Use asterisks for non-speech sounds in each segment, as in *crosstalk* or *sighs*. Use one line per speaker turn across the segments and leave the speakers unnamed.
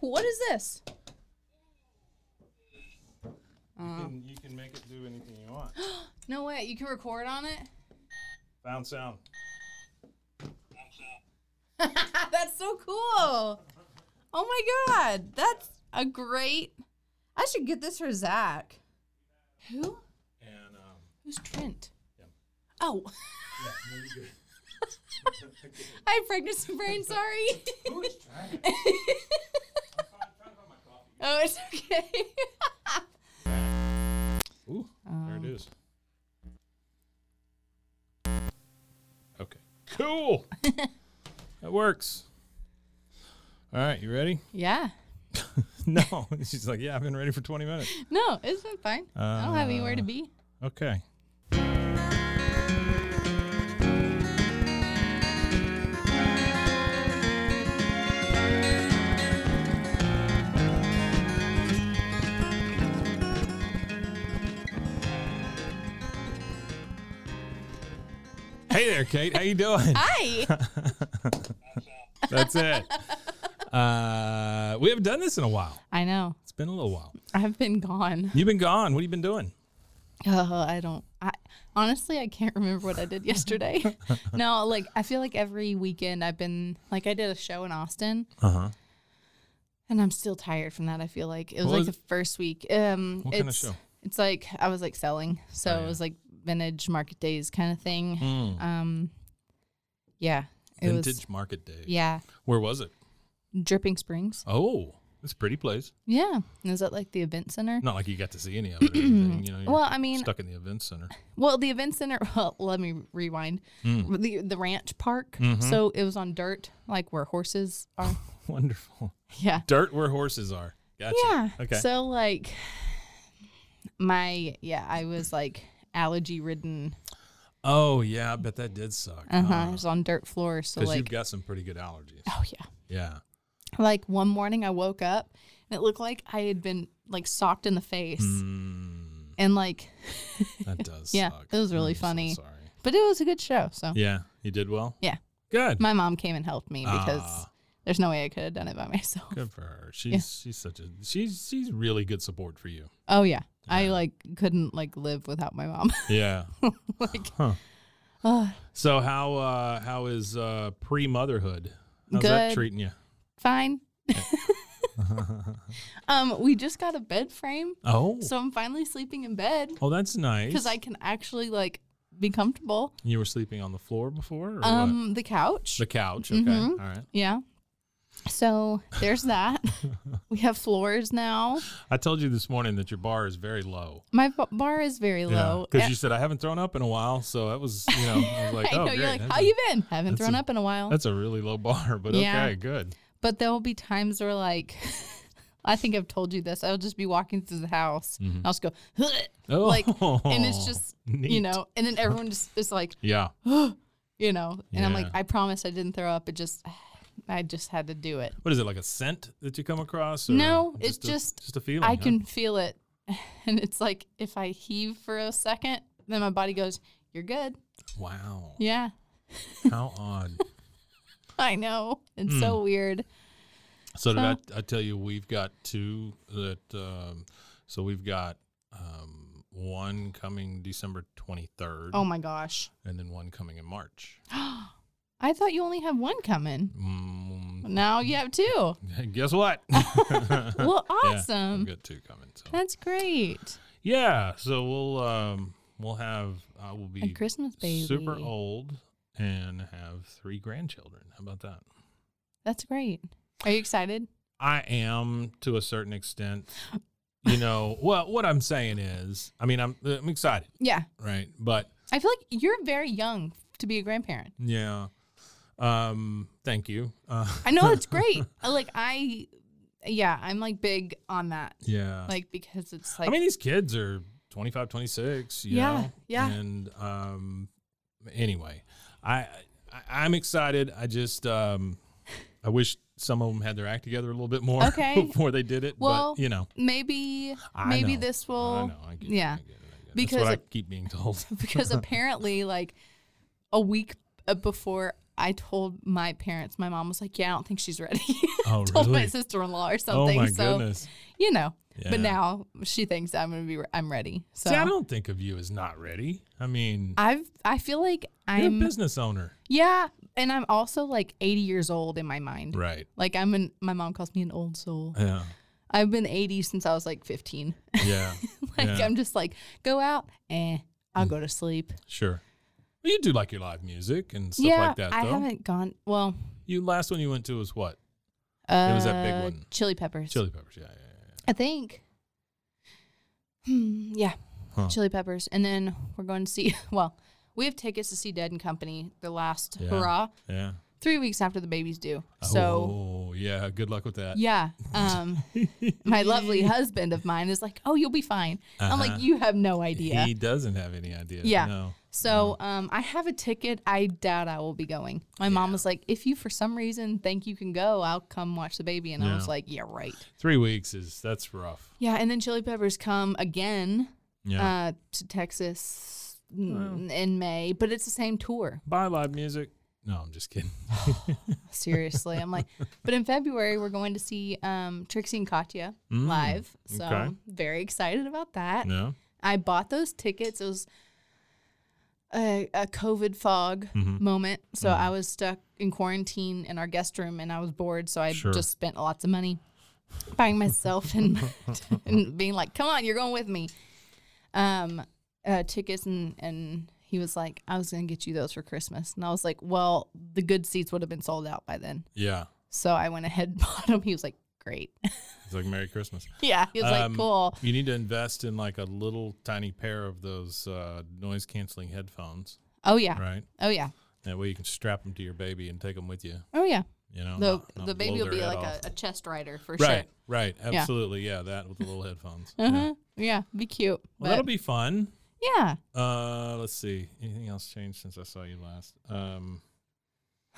What is this?
You can, you can make it do anything you want.
No way. You can record on it? *laughs*
Found sound.
Ah, That's so cool. Oh my god. That's a great. I should get this for Zach. Who?
And um,
Who's Trent?
Yeah.
Oh. *laughs* I have pregnancy brain, sorry. *laughs* oh, it's okay.
ooh, there it is. Okay. Cool. that works. All right, you ready? *laughs*
yeah.
no, she's like, yeah, I've been ready for 20 minutes.
No, it's been fine. I don't have anywhere to be.
Okay. Hey there, Kate. How you doing?
Hi.
*laughs* That's it. Uh, we haven't done this in a while.
I know.
It's been a little while.
I've been gone.
You've been gone. What have you been doing?
Uh, I don't. I honestly, I can't remember what I did yesterday.
*laughs*
no, like I feel like every weekend I've been like I did a show in Austin,
Uh huh.
and I'm still tired from that. I feel like it was
What
like
was-
the first week. Um,
What
it's,
kind of show? Oh,
It's like I was like selling, so it was like vintage market days kind of thing. Um, yeah, it
Mm. Vintage
was.
Market Day.
Yeah,
Where was it?
Dripping Springs.
Oh, it's a pretty place.
Yeah, and is that like the event center?
Not like you got to see any of it. Or anything, you know, you're
Well, I mean-
stuck in the event center. *laughs*
Well, the event center. *laughs* Well, let me rewind.
Hmm.
The the ranch park.
Mm-hmm.
So it was on dirt, like where horses
*laughs*
are. *laughs*
Wonderful.
yeah.
Dirt where horses are. Gotcha.
Yeah.
Okay.
So like, my yeah, I was like allergy ridden.
oh yeah, I bet that did suck.
Uh huh. I was on dirt floor. So
Because
like,
Ah. you've got some pretty good allergies.
*laughs* oh yeah.
Yeah.
Like one morning I woke up and it looked like I had been like socked in the face
Mm,
and like,
that
*laughs*
does.
Yeah,
Suck. Mm,
it was really
I'm so
funny.
sorry.
but it was a good show. So
Yeah. You did well.
Yeah.
Good.
my mom came and helped me because
Ah.
there's no way I could have done it by *laughs* myself.
good for her. She's she's such a she's she's really good support for you.
Oh yeah. I like couldn't like live without my mom. *laughs*
Yeah.
like
Huh. so how uh how is uh pre motherhood? How's that
Good.
treating you? *laughs*
fine. um, we just got a bed frame,
Oh.
so I'm finally sleeping in bed
oh, that's nice.
because I can actually like be comfortable.
You were sleeping on the floor before, or what?
Um, the couch.
the couch. Okay,
mhm.
All right.
yeah. So there's
*laughs*
that. we have floors now.
I told you this morning that your bar is very low.
My b- bar is very low.
because
A-
you said I haven't thrown up in a while, so that was you know
*laughs*
I was like,
I
oh,
know
great.
you're like,
that's,
how
a,
you been? Haven't
that's
thrown
a-
up in a while.
*laughs* that's a really low bar, but
Yeah.
okay, good.
But there will be times where like. *laughs* I think I've told you this. I'll just be walking through the house.
Mm-hmm.
And I'll just go, *laughs*
Oh,
like, and it's
*laughs*
just, you
neat.
know, and then everyone just is like,
yeah,
you know. And I'm like,
Yeah.
I promise I didn't throw up. It just, *sighs* I just had to do it.
what is it like a scent that you come across? Or
No, it's
a,
just-
just a feeling.
I
huh?
can feel it, *laughs* and it's like if I heave for a second, then my body goes, "You're good."
Wow,
Yeah, *laughs*
how odd.
I know. It's so
Hmm.
weird.
So did
So-
I, I tell you we've got two that um, so we've got um, one coming December twenty third,
Oh my gosh, *gasps*
and then one coming in March.
I thought you only had one coming.
Mm, *laughs*
Now you have two.
guess
*laughs*
what?
Well,
Yeah,
awesome.
we've got two coming. So.
That's great.
Yeah, so we'll um, we'll have I will
A
be
Christmas baby.
super old and have three grandchildren. How about that?
That's great. Are you excited?
I am to a certain extent. You know, *laughs* well, what I'm saying is, I mean, I'm I'm excited,
Yeah.
right? But
I feel like you're very young to be a grandparent.
yeah, um, thank you. Uh,
I know it's great. I, like I, yeah, I'm like big on that.
*laughs* yeah,
Like because it's
I
like
mean, these kids are 25, 26, you
Yeah,
know?
yeah.
And um, anyway, I, I I'm excited. I just um, I wish some of them had their act together a little bit more
Okay.
*laughs* before they did it.
Well,
but you know,
maybe
I
maybe
know.
this
I
will
know. I get
yeah.
it. I get it. I get it.
Because
That's what I
it-
keep
*laughs*
being told. *laughs*
because apparently like a week uh, before I told my parents, my mom was like, "Yeah, I don't think she's ready." *laughs*
Oh,
told my
really?
sister-in-law or
oh
something.
my
so
goodness.
you know,
Yeah.
but now she thinks I'm gonna be re- I'm ready. So
See, I don't think of you as not ready. I mean,
I've I feel like
you're a
I'm
business owner,
yeah, and I'm also like 80 years old in my mind.
right?
Like I'm an my mom calls me an old soul.
Yeah,
I've been 80 since I was *laughs* like 15.
yeah,
*laughs* like
Yeah.
I'm just like go out, eh, I'll go to sleep.
sure. But you do like your live music and stuff
yeah,
like that, though.
I haven't gone. Well,
You last one you went to was what?
uh,
was that big one.
Chili Peppers.
Chili Peppers. Yeah, yeah, yeah.
I think. Hmm, yeah,
Huh.
Chili Peppers, and then we're going to see. *laughs* Well, we have tickets to see Dead and Company. The last
Yeah.
hurrah,
Yeah.
three weeks after the baby's due. So
oh, yeah. Good luck with that.
yeah,
*laughs*
um, my lovely husband of mine is like, "Oh, you'll be fine." I'm
Uh-huh.
like, "You have no idea."
He doesn't have any idea.
Yeah.
No.
So um, I have a ticket. I doubt I will be going. My mom was like, if you for some reason think you can go, I'll come watch the baby. And I was
Yeah.
like, yeah, right.
Three weeks is that's rough.
Yeah. And then Chili Peppers come again
Yeah.
uh, to Texas n- in May, but it's the same tour.
Bye, live music. No, I'm
*laughs*
just kidding.
Seriously. I'm
*laughs*
like, but in February, we're going to see um, Trixie and Katya live. So
Mm, okay.
I'm very excited about that.
No.
I bought those tickets. It was a, a COVID fog
Mm-hmm.
moment. So I was stuck in quarantine in our guest room and I was bored. So I
Sure.
just spent lots of money buying myself and, *laughs* and being like, come on, you're going with me. Um, uh, tickets. And, and he was like, I was going to get you those for Christmas. And I was like, well, the good seats would have been sold out by then.
Yeah.
So I went ahead and *laughs* bought them. He was like, great. *laughs*
It's like Merry Christmas.
yeah. He was
Um,
like, cool.
You need to invest in like a little tiny pair of those uh, noise canceling headphones,
Oh, yeah.
right?
Oh, yeah.
That way you can strap them to your baby and take them with you.
Oh, yeah.
You know,
the
not- not
the baby
blow
will
their
be
head
like
off.
a, a chest rider for sure.
right, right, absolutely, yeah. That with the little headphones. Yeah.
Uh-huh. Yeah, be cute.
Well, that'll
but-
be fun.
yeah.
Uh, let's see. Anything else changed since I saw you last? Um,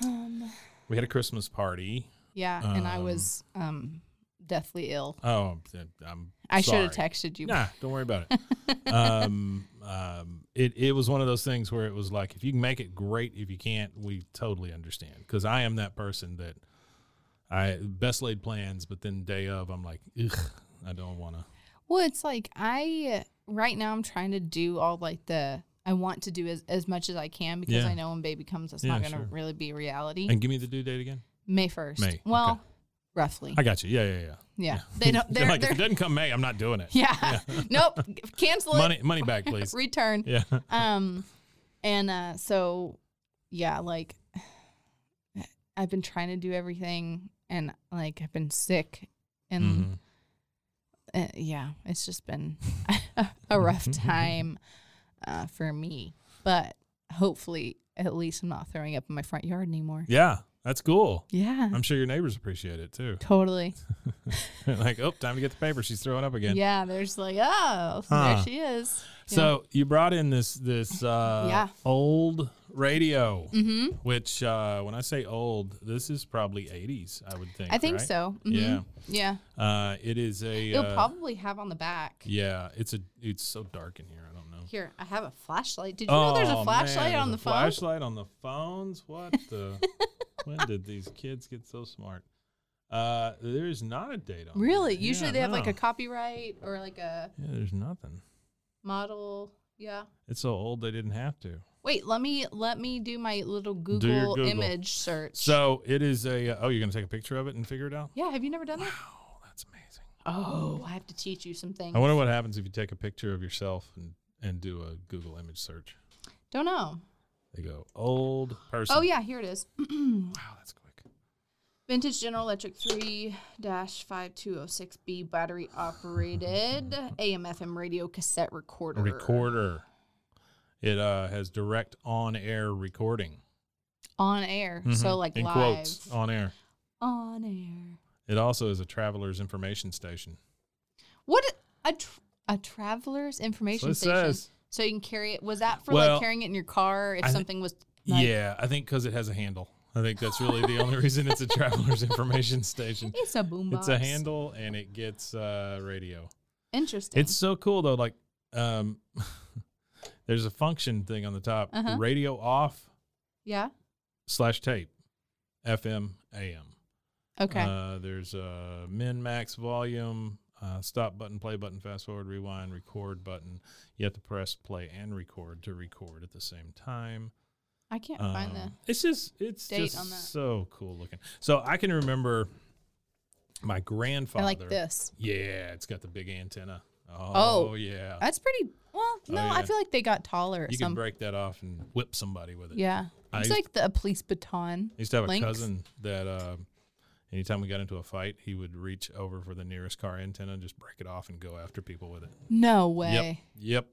Um,
we had a Christmas party.
yeah, and I
Um,
was um deathly ill.
Oh, th- I'm.
I should have
sorry.
texted you.
Nah, don't worry about
*laughs*
it. um, um, it it was one of those things where it was like, if you can make it, great. If you can't, we totally understand. Because I am that person that I best laid plans, but then day of, I'm like, ugh, I don't want to.
Well, it's like I right now I'm trying to do all like the I want to do as, as much as I can because
Yeah.
I know when baby comes it's
Yeah,
not going to
sure.
really be a reality.
And give me the due date again.
May 1st.
May,
Well,
okay.
roughly.
I got you. Yeah, yeah, yeah. *laughs*
yeah. They don't
They're
they're,
like,
they're *laughs*
if it doesn't come May, I'm not doing it.
yeah. nope. Cancel it.
Money,
*laughs*
money back, please.
Return.
Yeah.
um and uh so yeah like *sighs* i've been trying to do everything and like i've been sick and
Mhm. Mm-hmm.
uh, yeah it's just been *laughs* a rough time uh, for me but hopefully at least i'm not throwing up in my front yard anymore
Yeah, that's cool.
yeah
I'm sure your neighbors appreciate it too. *laughs*
totally
like, oh, time to get the paper. She's throwing up again.
yeah there's like oh
Huh.
there she is
So you brought in this this uh,
Yeah.
old radio,
mm-hmm
which uh, when I say old, this is probably 80s. I would think.
i think
right?
so Mhm.
Yeah.
yeah
Uh, it is a.
it'll
uh,
probably have on the back
yeah, it's a. It's so dark in here. I don't know.
Here, I have a flashlight. Did you know there's a
Oh,
flashlight
man, there's
on
a
the phone?
Flashlight on the phones. What the?
*laughs*
when did these kids get so smart? Uh, there is not a date on.
Really?
there.
Usually
Yeah,
they have like
no.
a copyright or like a
Yeah, there's nothing.
model. Yeah.
It's so old they didn't have to.
Wait, let me let me do my little Google,
your Google.
image search.
So it is a. oh, you're gonna take a picture of it and figure it out.
yeah, have you never done that?
Oh, that's amazing.
Oh, I have to teach you some things.
I wonder what happens if you take a picture of yourself and and do a Google image search.
Don't know. *gasps*
They go old person.
Oh yeah, here it is. *clears throat*
Wow, that's quick.
Vintage General Electric 3 5206B battery operated AM FM radio cassette recorder.
Recorder. It uh, has direct on air recording.
On air. So,
Mhm.
like
in
live.
quotes on air.
On air.
It also is a traveler's information station.
What a, tr a traveler's information
it
station.
says.
So you can carry it. Was that for
Well,
like carrying it in your car if
I thi-
something was like,
yeah, I think because it has a handle. I think that's really the
*laughs*
only reason it's a traveler's information station.
It's a boombox.
It's a handle and it gets uh, radio.
Interesting.
It's so cool though. Like, um, *laughs* there's a function thing on the top:
Uh-huh.
radio off
yeah.
slash tape, FM, AM.
Okay.
Uh, there's uh, min max volume, uh, stop button, play button, fast forward, rewind, record button. You have to press play and record to record at the same time.
I can't find the.
Um, it's just it's
date
just
on that.
so cool looking. So I can remember my
I
grandfather.
like this.
Yeah, it's got the big antenna. Oh,
Oh.
yeah.
That's pretty. Well, no, I
oh, yeah.
feel like they got taller. At
you
some
can break that off and whip somebody with it.
Yeah.
I
It's
used-
like the a police baton.
I used to have
Links.
a cousin that uh, anytime we got into a fight, he would reach over for the nearest car antenna and just break it off and go after people with it.
No way.
Yep. Yep.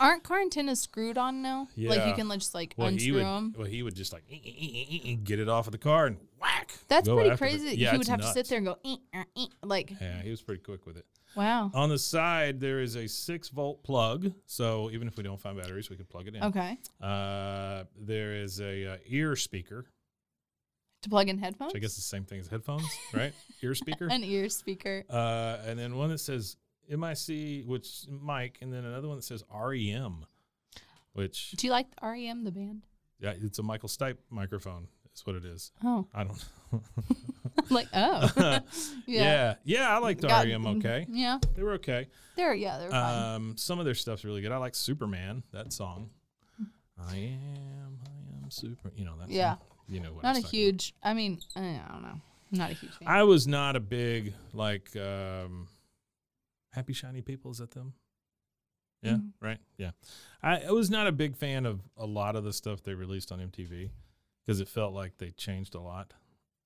Aren't car antennas screwed on now? Like you
Yeah.
can like, just like
Well, he
unscrew
would.
them.
Well, he would just like "Eh, eh, eh, eh, eh," get it off of the car and whack.
That's
go
pretty
after the-
crazy. that
Yeah,
he would
it's
have to
nuts.
sit there and go, "Eh, er, eh,"
*laughs*
like,
Yeah, he was pretty quick with it.
wow.
On the side, there is a six volt plug. So even if we don't find batteries, we can plug it in.
Okay.
Uh, there is a uh, ear speaker.
To plug in headphones?
Which I guess is the same thing as headphones, right?
*laughs*
ear speaker.
An ear speaker.
Uh, and then one that says MIC, which Mike, and then another one that says REM, which
Do you like the REM, the band?
yeah, it's a Michael Stipe microphone. That's what it is.
Oh.
I don't
*laughs*
*laughs*
like, oh.
know. *laughs* yeah.
yeah.
yeah, I liked
Got- mm-hmm.
REM. Okay,
Yeah.
they were okay.
They're, yeah, they're fine.
Um, some of their stuff's really good. I like Superman. That song. I am, I am super. You know that. song.
Yeah.
You know what?
Not
it's
a
like.
huge, I mean, I don't know. I'm not a huge fan.
I was not a big like um Happy Shiny People, is that them? Yeah,
Mhm.
right. Yeah. I, I was not a big fan of a lot of the stuff they released on MTV because it felt like they changed a lot.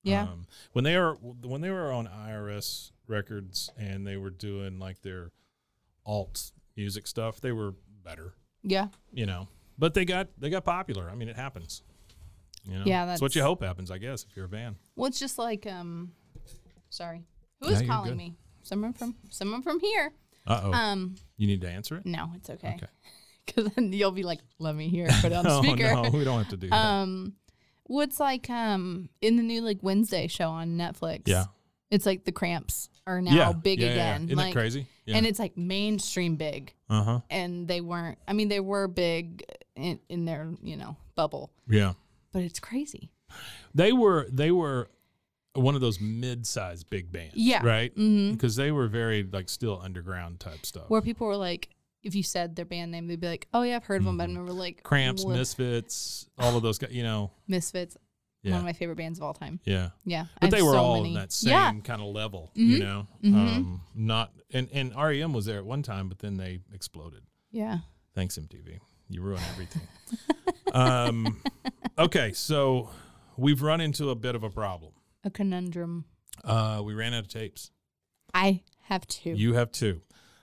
yeah.
Um, when they were when they were on IRS records and they were doing like their alt music stuff, they were better,
yeah.
you know. But they got they got popular. I mean, it happens. You know?
Yeah,
it's what you
that's-
hope happens, I guess, if you're a band.
Well, it's just like, um, sorry.
No,
Who's
you're
calling
good.
me? Someone from, someone from here.
Uh oh,
Um,
you need to answer it.
No, it's okay. *laughs*
Okay.
Because then you'll be like, let me hear it, put it on
*laughs* Oh
speaker.
no, we don't have to do that.
Um, what's like um in the new like Wednesday show on Netflix?
Yeah.
It's like the cramps are now
yeah.
big
yeah, yeah, yeah.
again.
Isn't
like,
that crazy? Yeah.
And it's like mainstream big.
uh huh.
And they weren't, I mean, they were big in, in their, you know, bubble,
Yeah.
but it's crazy.
They were they were one of those mid-sized big bands.
Yeah.
Right.
Mhm.
Because they were very like still underground type stuff.
Where people were like, if you said their band name, they'd be like, oh yeah, I've heard of them, but I
Mhm.
remember like
Cramps,
what-
Misfits, all of those guys. You know.
Misfits,
Yeah.
one of my favorite bands of all time.
yeah.
Yeah. I
But
have
they were
so
all
many.
in that same
Yeah.
kind of level.
Mhm.
You know.
Mhm.
Um, not and and REM was there at one time, but then they exploded.
Yeah.
Thanks, MTV. You ruin
*laughs*
everything. um, okay, so we've run into a bit of a problem.
A conundrum.
Uh, we ran out of tapes.
I have two.
You have two.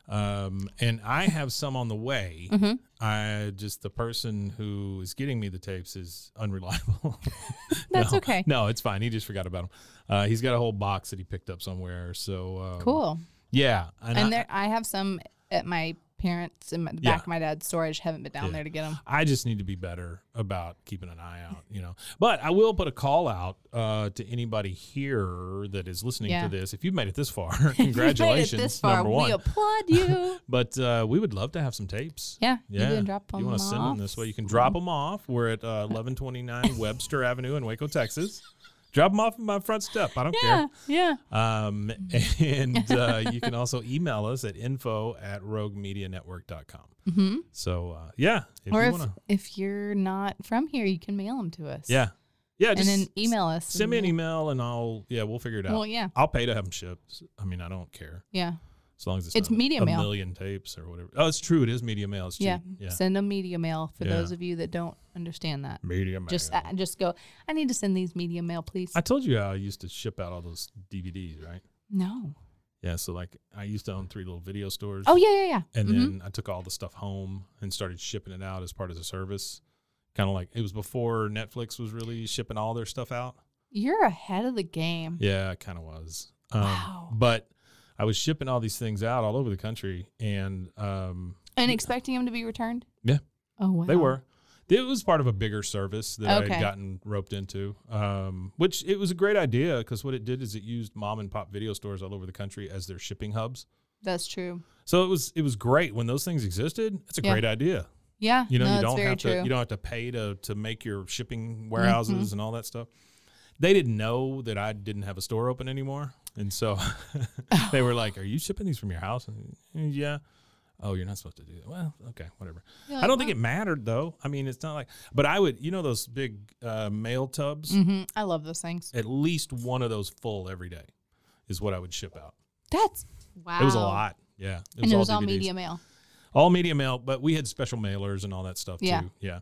Um, and I have some on the way.
Mm-hmm.
I just the person who is getting me the tapes is unreliable. *laughs*
That's
No.
okay.
No, it's fine. He just forgot about them. Uh, he's got a whole box that he picked up somewhere. So um,
Cool.
Yeah,
and
I-
there, I have some at my parents in my- the back
Yeah.
of my dad's store. I just haven't been down
Yeah.
there to get *laughs* them.
I just need to be better about keeping an eye out, you know. But I will put a call out uh, to anybody here that is listening
Yeah.
to this. If you've made it
*laughs*
this far, congratulations,
made it this far.
number one.
We applaud
*laughs*
you.
but uh, we would love to have some tapes.
yeah,
Yeah,
You can drop them
you
off.
wanna send them this way? You can drop them off. We're at
*laughs*
uh, 1129 Webster Avenue in Waco, Texas. Drop them off at my front step. I don't
Yeah, yeah.
care.
*laughs*
Um, and uh, you can also email us at info at roguemedianetwork.com.
hmm
So, uh, yeah, if
Or
you
if
want to.
if you're not from here, you can mail them to us.
Yeah. Yeah.
and
just
then email us.
Send
and
me an email and I'll, yeah, we'll figure it out.
Well, yeah,
I'll pay to have them shipped. I mean, I don't care.
yeah.
As long as it's,
It's
not
media
a
mail.
million tapes or whatever. Oh, it's true. It is media mail. It's cheap.
Yeah.
Yeah.
Send them media mail for
Yeah.
those of you that don't understand that.
Media mail.
Just I just go, I need to send these media mail, please.
I told you how I used to ship out all those DVDs, right?
no.
Yeah. So like I used to own three little video stores.
Oh yeah, yeah, yeah.
And
Mhm.
then I took all the stuff home and started shipping it out as part of the service. Kind of like it was before Netflix was really shipping all their stuff out.
You're ahead of the game.
Yeah, it kind of was. Um,
Wow.
But I was shipping all these things out all over the country, and um,
And expecting them to be returned?
Yeah.
Oh wow.
they were. It was part of a bigger service that I
Okay.
had gotten roped into, um, which it was a great idea because what it did is it used mom and pop video stores all over the country as their shipping hubs.
That's true.
So it was it was great when those things existed. It's a
Yeah.
great idea.
Yeah.
You know,
no,
you
it's
don't
very
have
true. Mm-hmm.
to you don't have to pay to to make your shipping warehouses and all that stuff. They didn't know that I didn't have a store open anymore, and so *laughs* they were like, "Are you shipping these from your house?" And, yeah. Oh, you're not supposed to do that. Well, okay, whatever.
You're
I
like,
don't think it mattered though. I mean, it's not like, but I would, you know, those big uh, mail tubs.
hmm I love those things.
At least one of those full every day is what I would ship out.
That's wow.
It was a lot. Yeah, it
and it was all
DVDs
media mail.
all media mail, but we had special mailers and all that stuff
Yeah.
too. Yeah.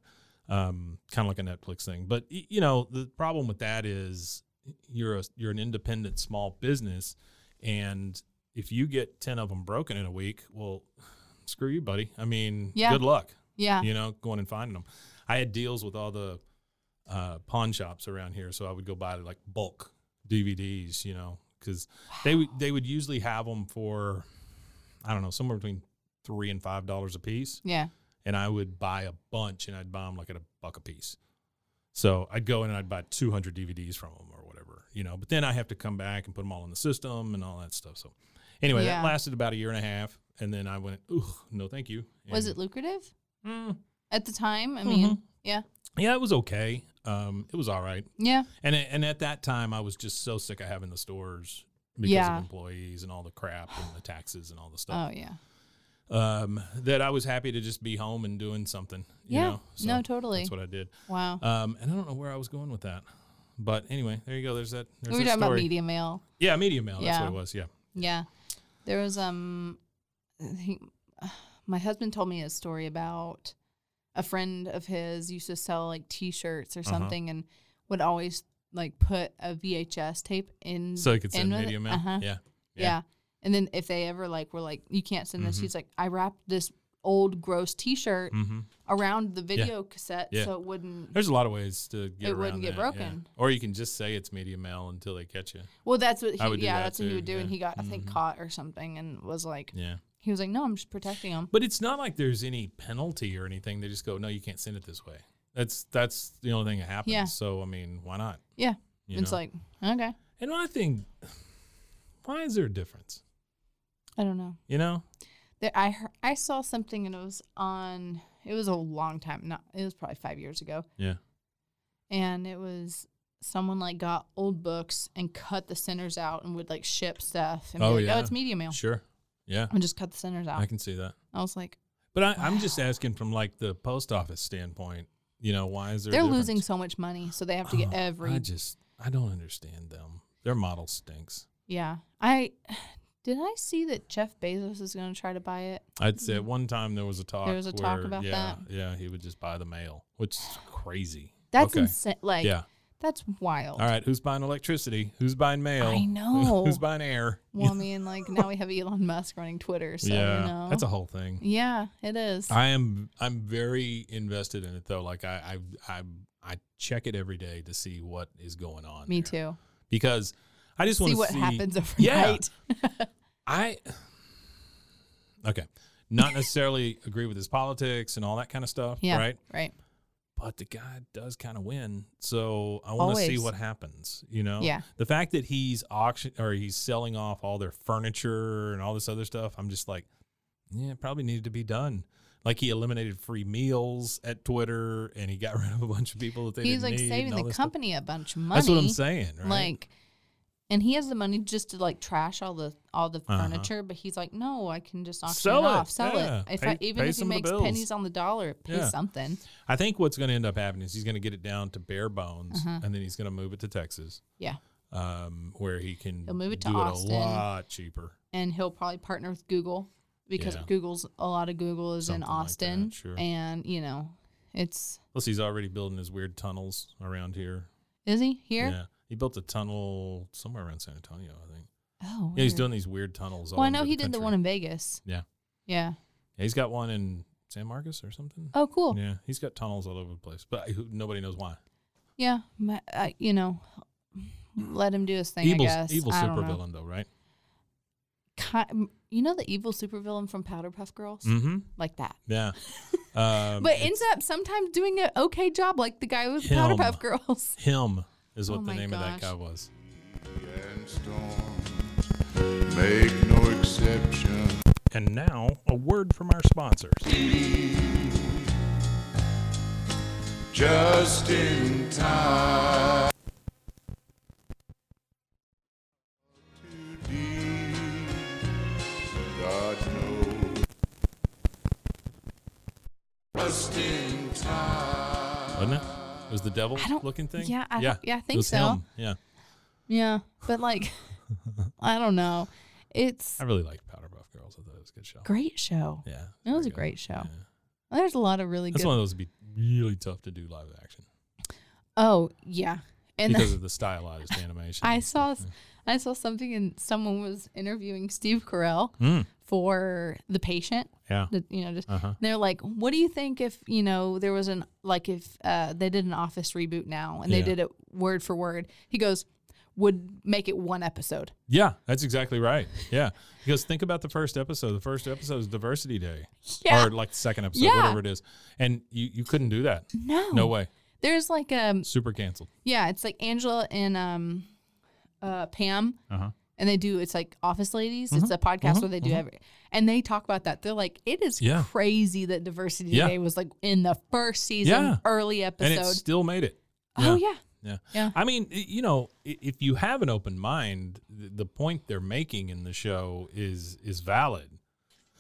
Um, kind of like a Netflix thing. But y- you know, the problem with that is you're a you're an independent small business and if you get 10 of them broken in a week, well, *sighs* screw you, buddy. I mean,
Yeah.
good luck,
Yeah.
you know, going and finding them. I had deals with all the uh, pawn shops around here, so I would go buy like bulk DVDs, you know, cuz they would they would usually have them for I don't know, somewhere between 3 and 5 dollars a piece
Yeah.
and I would buy a bunch and I'd buy them like at a buck a piece. So I'd go in and I'd buy 200 DVDs from them or whatever, you know. But then I have to come back and put them all in the system and all that stuff. So anyway,
Yeah.
that lasted about a year and a half, and then I went, "Ooh, no, thank you."
Was it
And-
lucrative
Mm,
at the time? I mean,
Mhm.
yeah.
yeah, it was okay. Um, it was all right.
Yeah.
And and at that time, I was just so sick of having the stores because
Yeah.
of employees and all the crap and the taxes and all the stuff.
Oh yeah. Oh.
Um, that I was happy to just be home and doing something. You
Yeah.
Know? So
no, totally.
That's what I did.
Wow.
Um, and I don't know where I was going with that, but anyway, there you go. There's that. There's
we were
that
talking about
story.
media mail.
Yeah, media mail. That's
Yeah.
what it was. Yeah.
Yeah. There was um I think my husband told me a story about a friend of his used to sell like t-shirts or
Uh-huh.
something and would always like put a VHS tape in
So you could send
in with it.
media mail.
Uh-huh.
Yeah.
Yeah.
Yeah.
And then if they ever like were like you can't send this
Mhm.
he's like I wrapped this old gross t-shirt
Mm-hmm.
around the video cassette
Yeah.
so it wouldn't
There's a lot of ways to get
It
around
wouldn't get
that, yeah.
broken.
Or you can just say it's media mail until they catch you.
Well that's what he
I would do
yeah
that
that's what he
too,
would do and
yeah.
he got I think
Mhm.
caught or something and was like
Yeah.
he was like no I'm just protecting him.
But it's not like there's any penalty or anything. They just go, no, you can't send it this way. That's that's the only thing that happens.
Yeah.
So I mean, why not?
Yeah.
You
it's
know?
like okay.
and my thing, why is there a difference?
I don't know.
You know,
There, I hear- I saw something and it was on. It was a long time. Not it was probably five years ago,
yeah,
and it was someone like got old books and cut the centers out and would like ship stuff and be
Oh,
like, oh,
yeah.
it's media mail
sure, yeah,
and just cut the centers out.
I can see that.
I was like,
But I, I'm just asking from like the post office standpoint. You know, why is there? a
they're
difference?
losing so much money, so they have to get
Oh,
every.
I just I don't understand them. Their model stinks.
yeah, I *sighs* did. I see that Jeff Bezos is going to try to buy it.
I'd say at one time there was a talk.
Mm-hmm. was a talk
where,
about
yeah,
that.
Yeah, he would just buy the mail, which is crazy.
That's
okay.
insane. Like,
yeah.
that's wild.
All right. Who's buying electricity? Who's buying mail? *laughs*
I know.
who's buying air?
*laughs* Well, I mean, like now we have Elon Musk running Twitter, so
*laughs* yeah,
you know.
that's a whole thing.
Yeah, it is.
I am I'm very invested in it though. Like I I I, I check it every day to see what is going on.
Me
there.
too.
Because I just want
See
to
what
see
happens *laughs*
Yeah.
overnight.
I okay, not necessarily agree with his politics and all that kind of stuff,
Yeah.
right?
Right.
But the guy does kind of win, so I want to see
Always.
what happens. You know,
Yeah.
The fact that he's auction or he's selling off all their furniture and all this other stuff, I'm just like, yeah, it probably needed to be done. Like he eliminated free meals at Twitter, and he got *laughs* rid of a bunch of people that they
He's
didn't
like
need and
saving
all
the
this stuff.
company a bunch of money.
That's what I'm saying, right?
Like and he has the money just to like trash all the all the
Uh-huh.
furniture, but he's like, no, I can just auction
Sell
it
it.
off, sell
Yeah.
it. If
Pay-
I, even
pay
if he
some of the
makes
bills.
pennies on the dollar, pay
Yeah.
something.
I think what's going to end up happening is he's going to get it down to bare bones,
Uh-huh.
and then he's going to move it to Texas.
Yeah,
um, where he can
He'll move it to
do
Austin.
it a lot cheaper.
and he'll probably partner with Google because
Yeah.
Google's a lot of Google is
Something
in
like that,
Austin,
sure.
and you know, it's
Plus, he's already building his weird tunnels around here.
is he here?
Yeah, he built a tunnel somewhere around San Antonio, I think.
Oh,
Yeah, he's
weird.
doing these weird tunnels.
Well,
all
I know
over
he did the
country.
one in Vegas.
Yeah.
Yeah.
Yeah, he's got one in San Marcos or something.
Oh, cool.
Yeah, he's got tunnels all over the place, but who, nobody knows why.
Yeah, ma- uh, you know, let him do his thing.
evil,
I guess.
evil
I don't know.
supervillain though, right?
Ki- you know the evil supervillain from Powderpuff Girls,
Mm-hmm.
like that. *laughs*
Yeah. Um,
but ends up sometimes doing an okay job, like the guy with
Him.
Powderpuff
*laughs*
Girls.
him is what
Oh
the
my
name of that
gosh.
guy was.
and storms make no exception.
And now a word from our sponsors.
Just in time. Too deep, God knows. Just in time.
Wasn't it? It was the devil
I don't-
looking thing.
yeah, I
yeah,
don't- yeah, I
it
think
was
so.
Him. Yeah,
Yeah, but
*laughs*
like, I don't know. It's
I really liked Powderpuff Girls. I thought it was a good show.
great show.
Yeah,
It was
very
a
good.
great show.
Yeah.
There's a lot of really
That's
good.
one of those would be really tough to do live
*laughs*
action
Oh yeah, and *laughs*
because of the stylized animation.
I
and
saw
*laughs* stuff.
I saw something and someone was interviewing Steve Carell
Mm,
for the patient.
yeah.
The, you know, just
Uh huh.
they're like, what do you think if you know there was an like if uh, they did an Office reboot now and they
Yeah.
did it word for word? He goes, would make it one episode.
Yeah, that's exactly right. Yeah, because think about the first episode. The first episode is Diversity Day,
Yeah.
or like the second episode,
Yeah.
whatever it is. And you, you couldn't do that.
No.
No way.
There's like um
Super canceled.
yeah, it's like Angela and um uh Pam.
Uh-huh. Mm-hmm.
And they do it's like Office Ladies. It's a podcast where they do every and they talk about that. They're like, it is
Yeah.
crazy that Diversity
Yeah.
Day was like in the first season,
Yeah.
early
And
episode.
it still made it.
oh yeah.
Yeah.
Yeah.
I mean, i- you know, i- if you have an open mind, th- the point they're making in the show is is valid.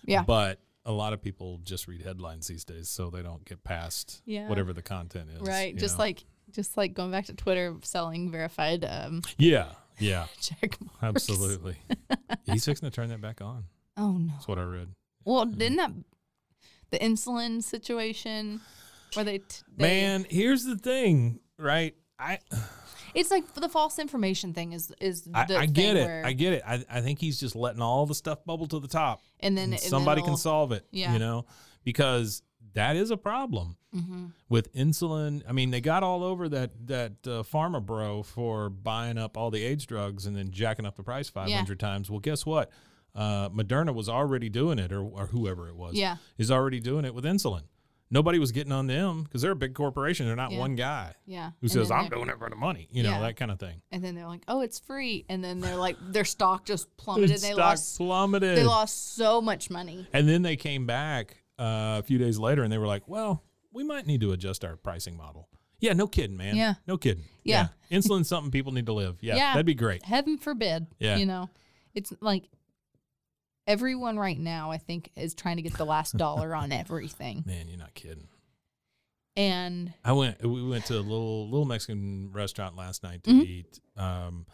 Yeah.
But a lot of people just read headlines these days, so they don't get past
Yeah.
whatever the content is.
right.
you
Just
know?
like just like going back to Twitter selling verified um *laughs*
yeah, yeah,
check marks.
absolutely. *laughs* He's fixing to turn that back on.
Oh no.
That's what I read.
Well,
Mm.
didn't that the insulin situation where they, t- they
Man, here's the thing, right? I
It's like the false information thing is is the
I, I
thing
get it.
where-
I get it. I, I think he's just letting all the stuff bubble to the top.
and then
and
and then
somebody can
it'll-
solve it.
yeah.
You know, because that is a problem
Mm-hmm.
with insulin. I mean, they got all over that that uh, pharma bro for buying up all the AIDS drugs and then jacking up the price five hundred times. Well, guess what? Uh, Moderna was already doing it, or, or whoever it was,
Yeah.
is already doing it with insulin. Nobody was getting on them because they're a big corporation. They're not
Yeah.
one guy
yeah
who
and
says
then
I'm
they're-
doing it for the money. You know
Yeah.
that kind of thing.
and then they're like oh it's free and then they're like their stock
*laughs*
just plummeted they
Stock
lost
plummeted.
they lost so much money
And then they came back uh, a few days later and they were like, well, we might need to adjust our pricing model. Yeah, no kidding, man.
Yeah.
No kidding.
Yeah.
Insulin's something people need to live. Yeah,
Yeah.
That'd be great.
heaven forbid
Yeah.
you know it's like everyone right now I think is trying to get the last dollar
*laughs*
on everything
Man, you're not kidding.
and
I went. We went to a little little Mexican restaurant last night
Mm-hmm.
to eat um,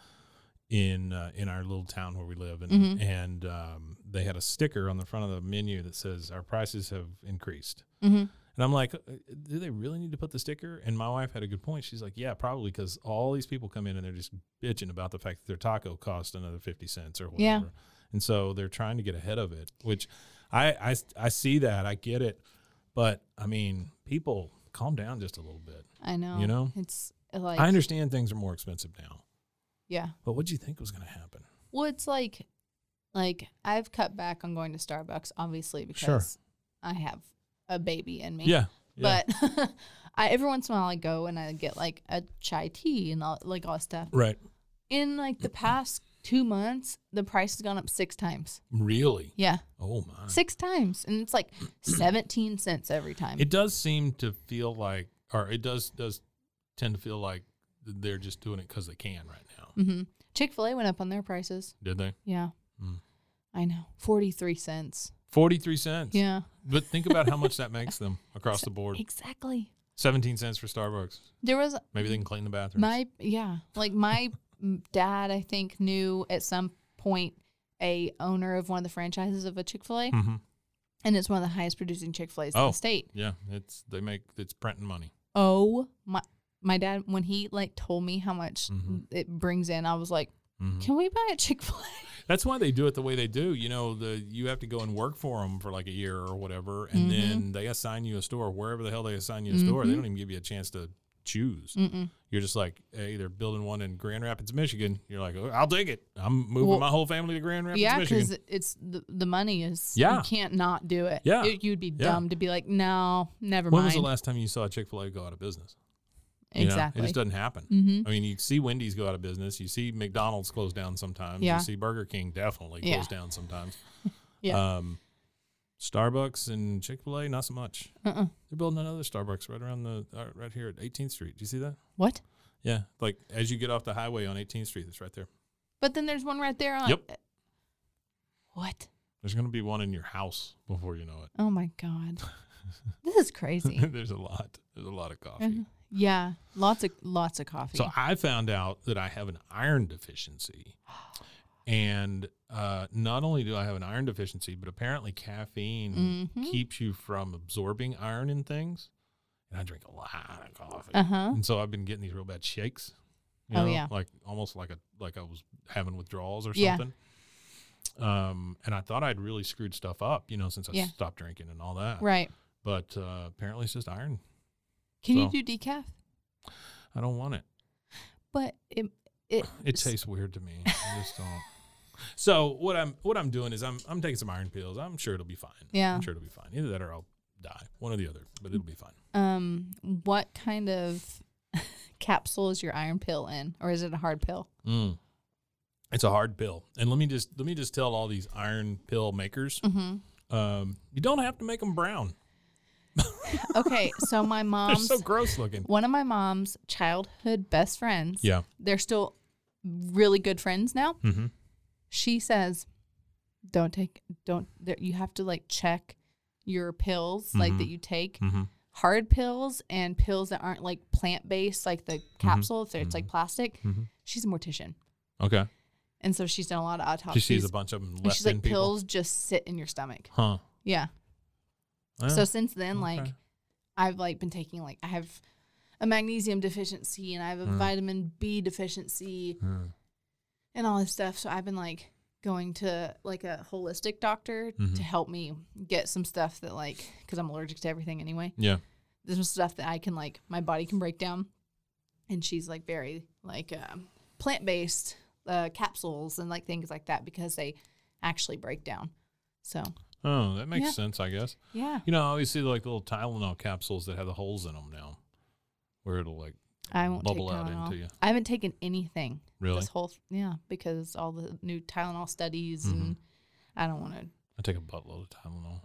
in uh, in our little town where we live, and
Mm-hmm.
and um, they had a sticker on the front of the menu that says our prices have increased.
mm-hmm,
And I'm like, uh, do they really need to put the sticker? And my wife had a good point. She's like, yeah, probably because all these people come in and they're just bitching about the fact that their taco cost another fifty cents or whatever.
Yeah.
And so they're trying to get ahead of it, which I I, I see that I get it. But I mean, people calm down just a little bit.
I know
You know?
it's like
I understand things are more expensive now,
yeah
but what do you think was going to happen?
Well, it's like, like I've cut back on going to Starbucks, obviously, because
Sure.
I have a baby in me.
Yeah, yeah,
But *laughs* I, every once in a while, I go and I get like a chai tea and all, like all that stuff.
right.
In like the past two months, the price has gone up six times.
Really?
Yeah,
Oh my!
six times, and it's like
*clears throat*
seventeen cents every time.
It does seem to feel like, or it does does tend to feel like they're just doing it because they can right now.
hmm Chick Fil A went up on their prices.
Did they?
Yeah,
Mm.
I know, forty three cents.
Forty three cents.
Yeah,
But think about how much that makes them across the
*laughs*
board.
exactly.
Seventeen cents for Starbucks.
There was
Maybe they can clean the bathrooms.
My yeah, like my m- dad, I think knew at some point a owner of one of the franchises of a Chick Fil A,
Mhm.
and it's one of the highest producing Chick Fil A's in
Oh.
the state.
Yeah, it's they make it's printing money.
Oh my! My dad, when he like told me how much
Mhm.
it brings in, I was like,
Mhm.
"Can we buy a Chick
*laughs*
Fil A?"
That's why they do it the way they do. You know, the you have to go and work for them for like a year or whatever, and
Mm-hmm.
then they assign you a store wherever the hell they assign you a store. They don't even give you a chance to choose. You're just like hey, they're building one in Grand Rapids, Michigan. You're like, oh, I'll take it. I'm moving
Well,
my whole family to Grand
*laughs*
Rapids,
yeah,
Michigan.
because it's the, the money is.
Yeah.
you can't not do it.
Yeah.
It- you'd be
Yeah.
dumb to be like, "No, never
When
mind."
was the last time you saw Chick Fil A go out of business? You know,
exactly. Mm-hmm.
it just doesn't happen. I mean, you see Wendy's go out of business. You see McDonald's close down sometimes.
Yeah.
You see Burger King definitely
Yeah.
close down sometimes.
*laughs* Yeah.
Um, Starbucks and Chick Fil A, not so much.
Uh-uh.
They're building another Starbucks right around the uh, right here at 18th Street. Do you see that?
What?
Yeah, like as you get off the highway on 18th Street, it's right there.
But then there's one right there on.
Yep.
What?
There's going to be one in your house before you know
Oh my
*laughs*
god, this is crazy.
it. *laughs* There's a lot. There's a lot of coffee.
Mhm. yeah, lots of lots of coffee.
So I found out that I have an
*gasps*
iron deficiency. And uh, not only do I have an iron deficiency, but apparently
Mm.
caffeine
Mm-hmm.
keeps you from absorbing iron in things. And I drink a lot of coffee.
uh huh.
And so I've been getting these real bad shakes. You
Oh,
know,
yeah.
Like almost like a like I was having withdrawals or
Yeah.
something. Um, and I thought I'd really screwed stuff up, you know, since I
Yeah.
stopped drinking and all that.
Right.
But uh, apparently it's just iron.
Can
So-
you do decaf?
I don't want it.
But it it
It tastes weird to me. I
*laughs*
just don't. So what I'm what I'm doing is I'm I'm taking some iron pills. I'm sure it'll be fine.
Yeah.
I'm sure it'll be fine. Either that or I'll die. One or the other, but it'll be fine.
um what kind of *laughs* capsule is your iron pill in or is it a hard pill?
Mm. It's a hard pill. And let me just let me just tell all these iron pill makers,
Mm-hmm.
um, you don't have to make them brown. *laughs*
Okay, so my
They're
mom's
so
*laughs*
gross looking.
one of my mom's childhood best friends.
Yeah.
They're still really good friends now.
Mm-hmm.
She says don't take don't there, you have to like check your pills like that you take.
Mm-hmm.
hard pills and pills that aren't like plant based, like the
Mm-hmm.
capsule, if it's like plastic. She's a mortician.
Okay.
And so she's done a lot of
She
autopsies.
sees a bunch of them
and
left
she's like,
in people.
pills just sit in your stomach.
Huh.
Yeah.
Yeah.
So since then,
Oh, okay.
like, I've like been taking like I have a magnesium deficiency and I have
Mm.
a vitamin B deficiency
Hmm.
and all this stuff. So I've been like going to like a holistic doctor
Mm-hmm.
to help me get some stuff that like because I'm allergic to everything anyway.
yeah.
There's some stuff that I can like my body can break down. And she's like very like um, plant based uh, capsules and like things like that because they actually break down. So
Oh, that makes
Yeah.
sense, I guess.
yeah,
You know, I always see like the little Tylenol capsules that have the holes in them now, where it'll like
I won't
bubble
take
out
Tylenol.
into you.
I haven't taken anything.
Really?
This whole th- yeah because all the new Tylenol studies
Mm-hmm.
and I don't want to.
I take a buttload of Tylenol.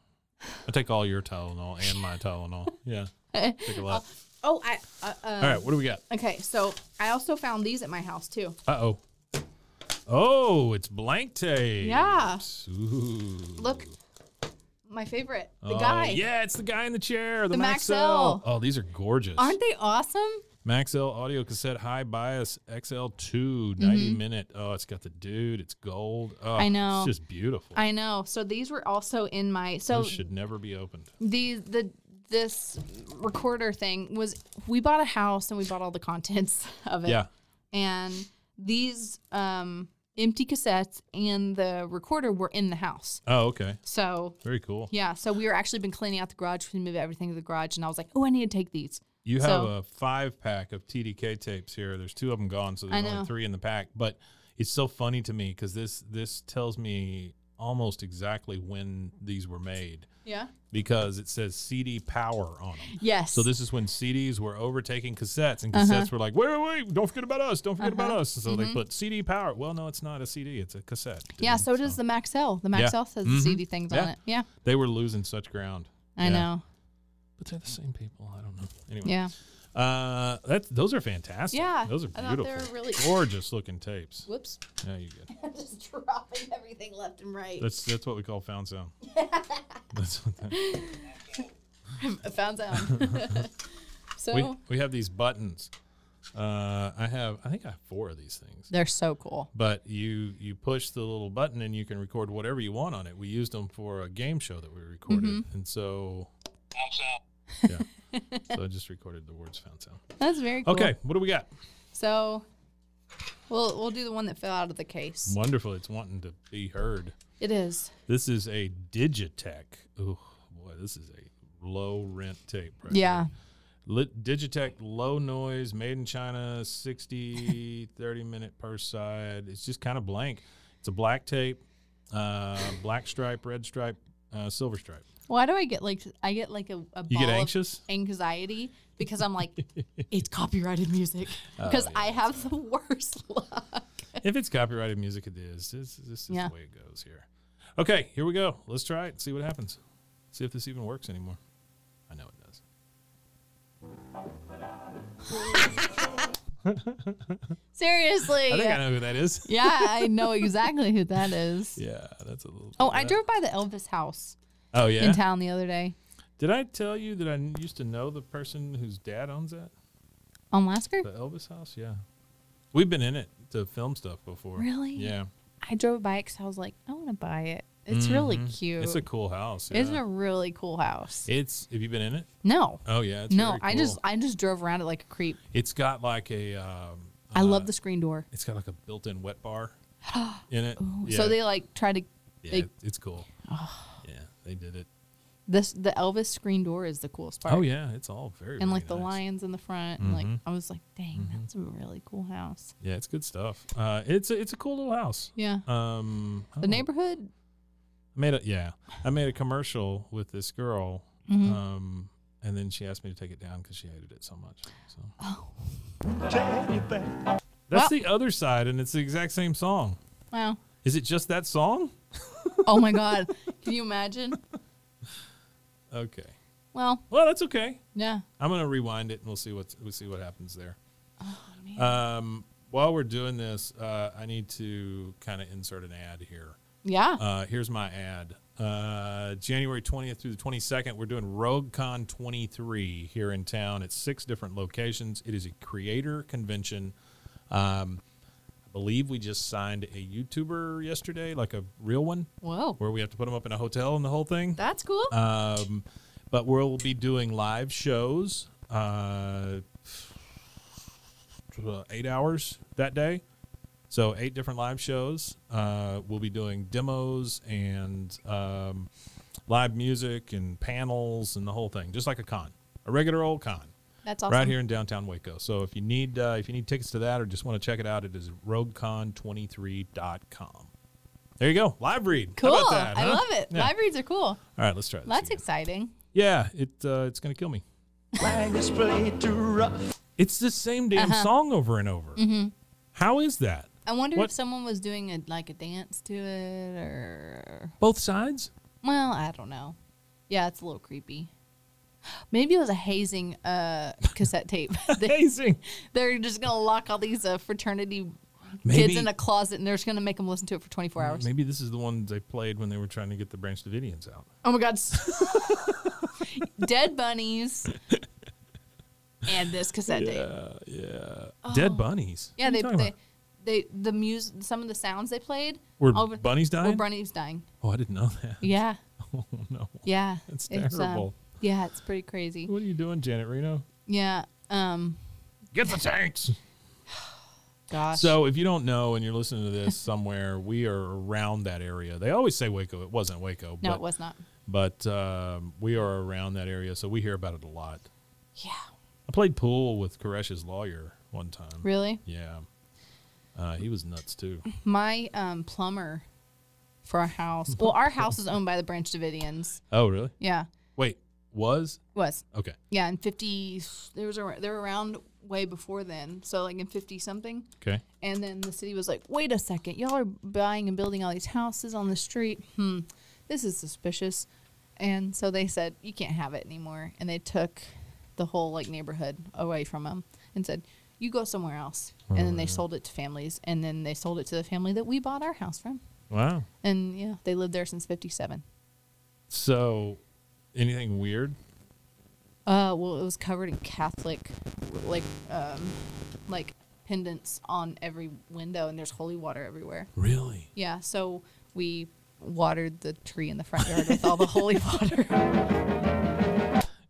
I take all your Tylenol and
*laughs*
my Tylenol. Yeah, take a lot.
Oh, I uh, uh,
all right, what do we got?
okay. So I also found these at my house too.
Uh oh. Oh, it's blank tape.
Yeah.
Ooh.
Look, my favorite, the
Oh,
guy.
Yeah, it's the guy in the chair. The,
The
Maxell.
Maxell.
Oh, these are gorgeous.
Aren't they awesome?
Maxell audio cassette high bias XL2 90 minute. Oh, it's got the dude. It's gold. Oh,
Mm-hmm. I know.
It's just beautiful.
I know. So these were also in my so
Those should never be opened.
the the this recorder thing was we bought a house and we bought all the contents *laughs* of it.
Yeah.
And these um empty cassettes and the recorder were in the house.
Oh, okay.
So
Very cool.
yeah, so we were actually been cleaning out the garage. We moved everything to the garage, and I was like, "Oh, I need to take these."
You have
So-
a five pack of TDK tapes here. There's two of them gone, so
I
there's
know.
only three in the pack. But it's so funny to me because this this tells me almost exactly when these were made
Yeah.
because it says CD power on them.
Yes.
So this is when CDs were overtaking cassettes, and
Uh-huh.
cassettes were like, wait, wait, wait, don't forget about us, don't forget about us. So they put CD power. Well, no, it's not a CD, it's a cassette.
Mm-hmm. Yeah.
dude.
So does the Maxell. The Maxell has the CD things on
Mm-hmm. Yeah.
it. Yeah.
they were losing such ground.
I
Yeah.
know.
but they're the same people. I don't know. Anyway,
Yeah.
Uh, that's those are fantastic.
Yeah,
those are
I thought they
beautiful,
were really-
gorgeous
*laughs*
looking tapes.
Whoops.
Yeah, you good.
I'm *laughs* just dropping everything left and right.
That's that's what we call
*laughs*
found sound. that's what that, *laughs*
I found out. so *laughs*
we we have these buttons Uh, I have, I think I have four of these things.
They're so cool.
But you you push the little button and you can record whatever you want on it. We used them for a game show that we recorded,
Mm-hmm.
and so yeah,
*laughs*
so I just recorded the words found sound.
That's very cool.
Okay, what do we got?
So we'll we'll do the one that fell out of the case.
Wonderful, it's wanting to be heard.
It is.
This is a Digitech. Oh boy, this is a low rent tape. Right
Yeah.
here. Lit- Digitech low noise, made in China, *laughs* 60, 30 minute per side. It's just kind of blank. It's a black tape, uh, black stripe, red stripe, uh, silver stripe.
Why do I get like I get like a, a
You get
ball of
anxious?
anxiety because I'm like *laughs* it's copyrighted music
Oh,
because I have the worst *laughs* luck.
if it's copyrighted music, it is. This, this is
Yeah.
the way it goes here. Okay, here we go. Let's try it. See what happens. See if this even works anymore. I know it does.
Seriously.
I think I know who
*laughs*
that is.
yeah, I know exactly who that is.
Yeah, that's a little.
Oh, I
that-
drove by the Elvis house
Oh yeah.
in town the other day
Did I tell you that I kn- used to know the person whose dad owns that?
on Lasker.
The Elvis house? Yeah. We've been in it to film stuff before.
Really?
Yeah.
I drove by because I was like, I want to buy it. It's really cute.
Mm-hmm. It's a cool house.
It's
yeah.
a really cool house.
It's have you been in it?
no,
Oh yeah. It's
no, I
very
just
cool.
I just drove around it like a creep.
it's got like a um
I love the screen door.
it's got like a built in wet
*gasps*
bar in it. yeah,
So they like try to
yeah,
they-
it's cool. Yeah, they did it.
this the Elvis screen door is the coolest part.
Oh yeah, it's all very
and
very
like the
nice. Mm-hmm.
lions in the front. And like I was like, dang, that's a really cool house.
Yeah, it's good stuff. Uh it's a, it's a cool little house.
Yeah,
Um I
the
don't know.
neighborhood.
I made a yeah. I made a commercial with this girl, um, and then she asked me to take it down because she hated it so much. So. Oh. That's the other side, and it's the exact same song.
Wow.
Is it just that song?
Oh my God. *laughs* Can you imagine?
Okay.
Well,
Well, that's okay.
yeah.
I'm gonna rewind it, and we'll see what's we'll see what happens there. Um, while we're doing this, uh, I need to kind of insert an ad here.
Yeah.
Uh, here's my ad. Uh, January 20th through the 22nd, we're doing RogueCon 23 here in town at six different locations. It is a creator convention. Um, I believe we just signed a YouTuber yesterday, like a real one,
Whoa.
where we have to put them up in a hotel and the whole thing.
That's cool.
Um, but we'll be doing live shows, uh, eight hours that day. So eight different live shows. Uh, we'll be doing demos and um, live music and panels and the whole thing, just like a con, a regular old con,
That's awesome.
right here in downtown Waco. So if you need uh, if you need tickets to that or just want to check it out, it is roguecon23.com. There you go, live read. How
Cool.
about that,
I
huh?
love it.
Yeah.
Live reads are cool.
All right, let's try this.
That's
again.
exciting.
Yeah, it uh, it's gonna kill me.
Langus played too rough.
It's the same damn
Uh-huh.
song over and over.
Mm-hmm.
How is that?
I wonder
What-
if someone was doing a like a dance to it or
Both sides?
well, I don't know. Yeah, it's a little creepy. Maybe it was a hazing
*laughs*
uh, cassette tape. *laughs* they,
Amazing.
they're just gonna lock all these uh, fraternity kids
Maybe-
in a closet, and they're just gonna make them listen to it for 24 hours.
Maybe this is the one they played when they were trying to get the Branch Davidians out.
Oh my
*laughs*
god, dead bunnies, and this cassette tape.
Dead bunnies.
Oh. Yeah,
What are
they
you talking
they,
about?
they the music. Some of the sounds they played
Were
all over-
bunnies
Were
dying?
bunnies dying?
oh, I didn't know that.
Yeah,
*laughs* Oh no,
yeah.
that's
um,
terrible.
yeah, it's pretty crazy.
what are you doing, Janet Reno?
Yeah. Um.
Get the tanks.
*laughs* Gosh.
So if you don't know and you're listening to this somewhere, we are around that area. They always say Waco. It wasn't Waco.
no,
but,
it was not.
But um, we are around that area, so we hear about it a lot.
Yeah.
I played pool with Koresh's lawyer one time.
Really.
Yeah. Uh, he was
*laughs*
nuts too.
My um plumber for our house. Well, our house is owned by the Branch Davidians.
Oh, really?
Yeah.
Wait, was?
Was.
Okay.
Yeah, in 50 there was a, they were around way before then. So like in 50 something.
Okay.
And then the city was like, wait a second, y'all are buying and building all these houses on the street. Hmm, this is suspicious. And so they said, you can't have it anymore. And they took the whole like neighborhood away from them and said, you go somewhere else. and then they sold it to families. And then they sold it to the family that we bought our house from.
Wow.
And yeah, they lived there since 57.
So, anything weird?
Uh, well, it was covered in Catholic, like, um, like pendants on every window, and there's holy water everywhere.
Really?
Yeah, so we watered the tree in the front yard with
*laughs*
all the holy water. *laughs*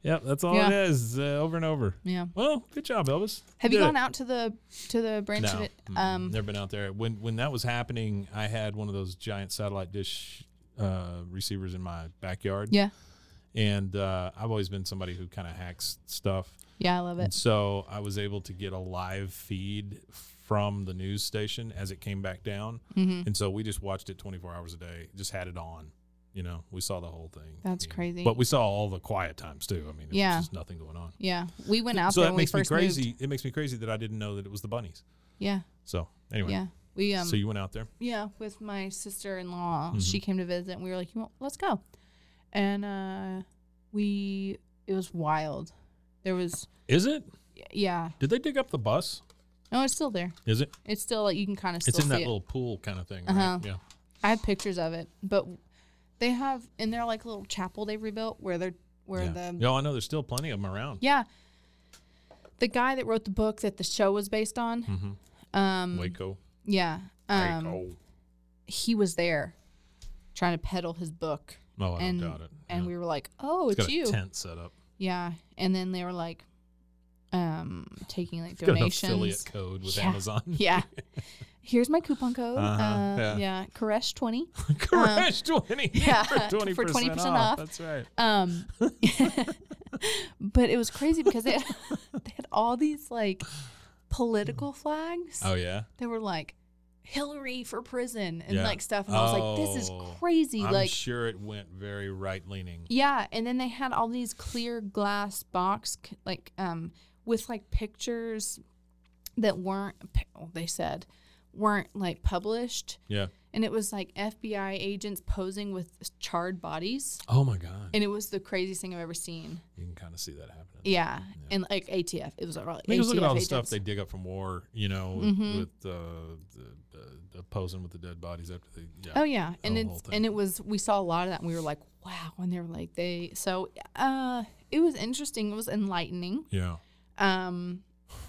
Yep, that's all
Yeah.
it is, uh, over and over.
Yeah.
Well, good job, Elvis.
Have you
did
gone
it.
out to the to the branch?
No,
of it?
mm,
Um,
never been out there. When when that was happening, I had one of those giant satellite dish uh, receivers in my backyard,
yeah,
and uh, I've always been somebody who kind of hacks stuff.
yeah, I love
And
it.
so I was able to get a live feed from the news station as it came back down.
Mm-hmm.
And so we just watched it 24 hours a day, just had it on. You know, we saw the whole thing.
That's
And-
crazy.
But we saw all the quiet times too. I mean, yeah.
Yeah.
was just nothing going on.
Yeah, we went out
so
there
that
when we
makes me
first
crazy.
moved.
It makes me crazy that I didn't know that it was the bunnies.
Yeah,
So anyway,
yeah, we um,
so you Mm-hmm. went out there.
yeah, with my sister in law, she came to visit, and we were like, you want, let's go, and uh, we it was wild. There was
Is it?
yeah,
Did they dig up the bus?
no, it's still there.
Is it?
It's still like you can kind of still
It's in
see
that
it.
little pool kind of thing. Right?
Uh-huh.
Yeah.
I have pictures of it, but they have in their like little chapel they rebuilt where they're where
yeah.
the
No, I know there's still plenty of them around.
yeah the guy that wrote the book that the show was based on um
Mm-hmm. Waco.
yeah um
Waco.
he was there trying to peddle his book
Oh, I
and
don't doubt it.
and
Yeah.
we were like oh
it's
it's,
got
you
a tent set up.
yeah and then they were like um taking like
Got an
donations
affiliate code with
Yeah.
Amazon.
*laughs* yeah here's my coupon code
Uh-huh,
uh,
yeah.
yeah, Koresh twenty
Correct. twenty.
*laughs* yeah,
For
for
twenty
20%
percent
off.
off. That's right.
Um, *laughs* but it was crazy because they *laughs* had, they had all these like political flags
Oh yeah.
that were like Hillary for prison and
Yeah.
like stuff, and I was like, this is
Oh,
crazy.
I'm
like,
sure it went very right leaning.
yeah. And then they had all these clear glass box c- like um with like pictures that weren't pi- oh, they said weren't like published,
Yeah.
and it was like FBI agents posing with charred bodies.
Oh my god.
And it was the craziest thing I've ever seen.
You can kind of see that happening.
Yeah, and like ATF, it was all like
Because
ATF
look at all the
agents.
stuff they dig up from war, you know,
Mm-hmm.
with uh, the, the, the posing with the dead bodies after they. Yeah.
Oh yeah, and
the
it's
whole thing.
and it was we saw a lot of that, and we were like, wow. And they were like they so uh, it was interesting. It was enlightening.
Yeah.
Um,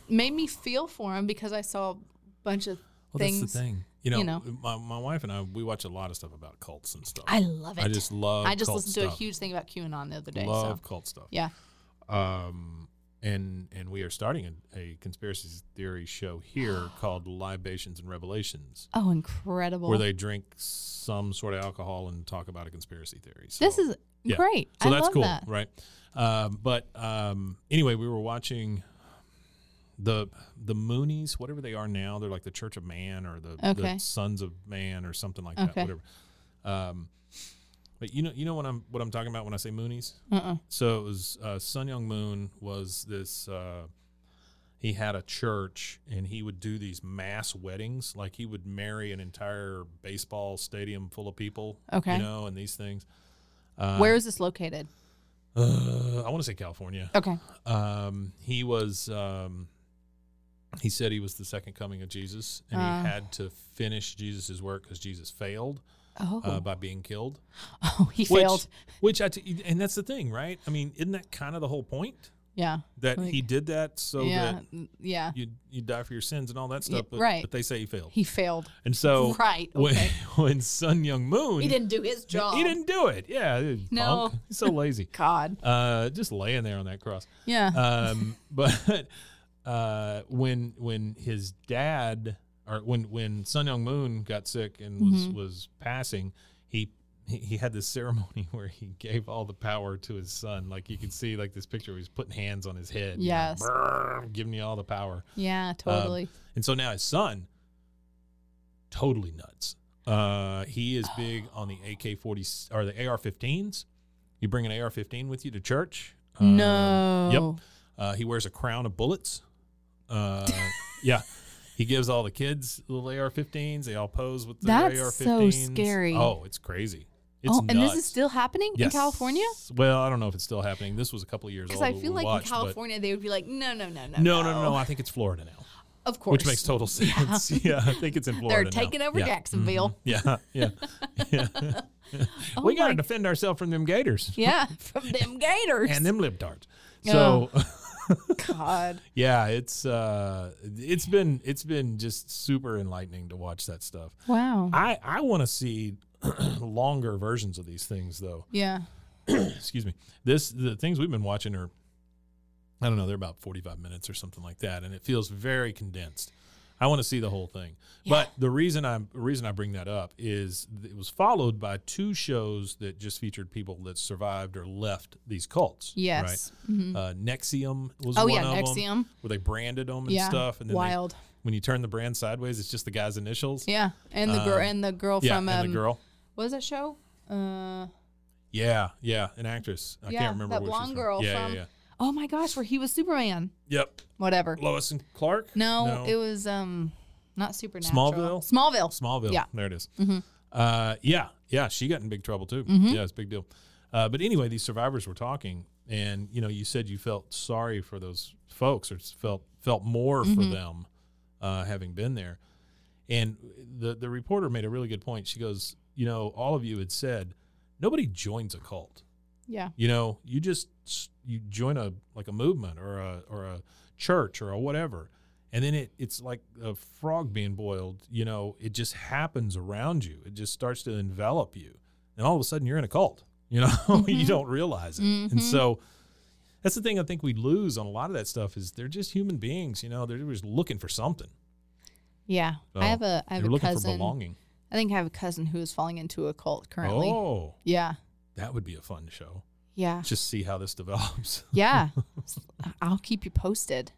made me feel for him because I saw a bunch of
Well,
things.
that's the thing. You know,
you know.
My, my wife and I, we watch a lot of stuff about cults and stuff.
I love it.
I just love.
I just
cult
listened to a
stuff.
huge thing about QAnon the other day.
love
so
cult stuff.
yeah,
um, and and we are starting a, a conspiracy theory
*gasps*
show here called Libations and Revelations,
oh incredible.
where they drink some sort of alcohol and talk about a conspiracy theory. So,
this is
yeah.
great.
So
I
that's
love
cool,
that.
right? Um, but um, anyway, we were watching the the Moonies, whatever they are now. They're like the Church of Man or the, the
Okay.
Sons of Man or something like that.
Okay.
Whatever. Um, but you know, you know what I'm what I'm talking about when I say Moonies.
Uh-uh.
So it was uh, Sun Young Moon was this. Uh, he had a church, and he would do these mass weddings. Like he would marry an entire baseball stadium full of people.
Okay.
you know, and these things.
Where is this located?
Uh, I want to say California.
Okay.
Um, he was. Um, he said he was the second coming of Jesus, and
Ah.
he had to finish Jesus' work because Jesus failed
Oh,
uh, by being killed.
oh, *laughs* he
Which,
failed.
Which I t- and that's the thing, right? I mean, isn't that kind of the whole point
Yeah.
that
Like-
he did that so
yeah.
that
n- Yeah.
you you die for your sins and all that
Yeah,
stuff? but,
right.
But they say he failed,
He failed.
and so
*laughs* Right,
when,
okay.
*laughs* when Sun Young Moon
He didn't do his job.
he didn't do it. Yeah,
No.
punk. He's so lazy.
God.
Uh, just laying there on that cross.
Yeah.
um, *laughs* but uh, when when his dad or when when Sun Young Moon got sick and was
Mm-hmm.
was passing, he he- he had this *laughs* ceremony where he gave all the power to his son. Like you can see, like this picture, where he's putting hands on his head. you know,
Yes.
"Brrr," giving you all the power.
yeah.
Um,
Totally.
and so now his son, totally nuts. Uh, he is
*sighs*
big on the AK 40 or the AR 15s. You bring an AR 15 with you to church. Um,
no.
Yep. Uh, he wears a crown of bullets. Uh, yeah. He gives all the kids little AR 15s. They all pose with the
That's
AR 15s.
so scary.
Oh, it's crazy. It's
oh,
nuts.
and this is still happening in
Yes.
California?
Well, I don't know if it's still happening. This was a couple of years old.
Because I
that
feel
we
like
watched,
in
but-
California they would be like, no, no, no, no,
No, no, no, no. I think it's Florida now.
Of course.
Which makes
*laughs*
total sense. *laughs* Yeah, I think it's in
They're
Florida. now.
taking over
Yeah.
Jacksonville.
Yeah, yeah, yeah.
*laughs* Oh
we got to
my- *laughs*
defend ourselves from them gators *laughs*
Yeah, from them Gators. *laughs*
and them libtards. So
God.
yeah, it's uh, it's been it's been just super enlightening to watch that stuff.
Wow.
I I want to see *clears throat* longer versions of these things though.
Yeah.
Excuse me. This the things we've been watching are I don't know, they're about 45 minutes or something like that and it feels very condensed. I want to see the whole thing. But the reason I the reason I bring that up is th- it was followed by two shows that just featured people that survived or left these cults.
Yes. Mm-hmm.
Right? Uh, Nexium was
Oh,
one
yeah,
of
Nexium.
them where they branded them and
Yeah,
stuff and then they-
wild.
when you turn the brand sideways it's just the guy's initials.
Yeah. And the girl and the girl
Um, Yeah,
from
and
um,
the girl.
what was that show? Uh,
Yeah, yeah, an actress. I
yeah,
can't remember
that
what
blonde
she's
girl
From. Yeah,
from.
yeah,
Oh my gosh, where he was Superman.
yeah. Yep.
Whatever.
Lois and Clark.
No, it was um, not supernatural.
Smallville?
Smallville.
Smallville.
Yeah. Mm-hmm.
there it is. Uh, yeah, yeah, she got in big trouble too. Yeah, it's a big deal. Uh, but anyway, these survivors were talking, and you know, you said you felt sorry for those folks, or just felt felt more for
Mm-hmm.
them uh, having been there. And the the reporter made a really good point. She goes, you know, all of you had said nobody joins a cult.
Yeah.
you know you just you join a like a movement or a or a church or a whatever and then it it's like a frog being boiled you know it just happens around you it just starts to envelop you and all of a sudden you're in a cult you know *laughs* you
Mm-hmm.
don't realize it and so that's the thing i think we lose on a lot of that stuff is they're just human beings you know they're just looking for something
Yeah.
So
I have a I have a
they're Oh. looking for
cousin.
belonging
I think I have a cousin who is falling into a cult currently.
oh
Yeah.
that would be a fun show
Yeah.
just see how this develops *laughs*
Yeah. I'll keep you posted.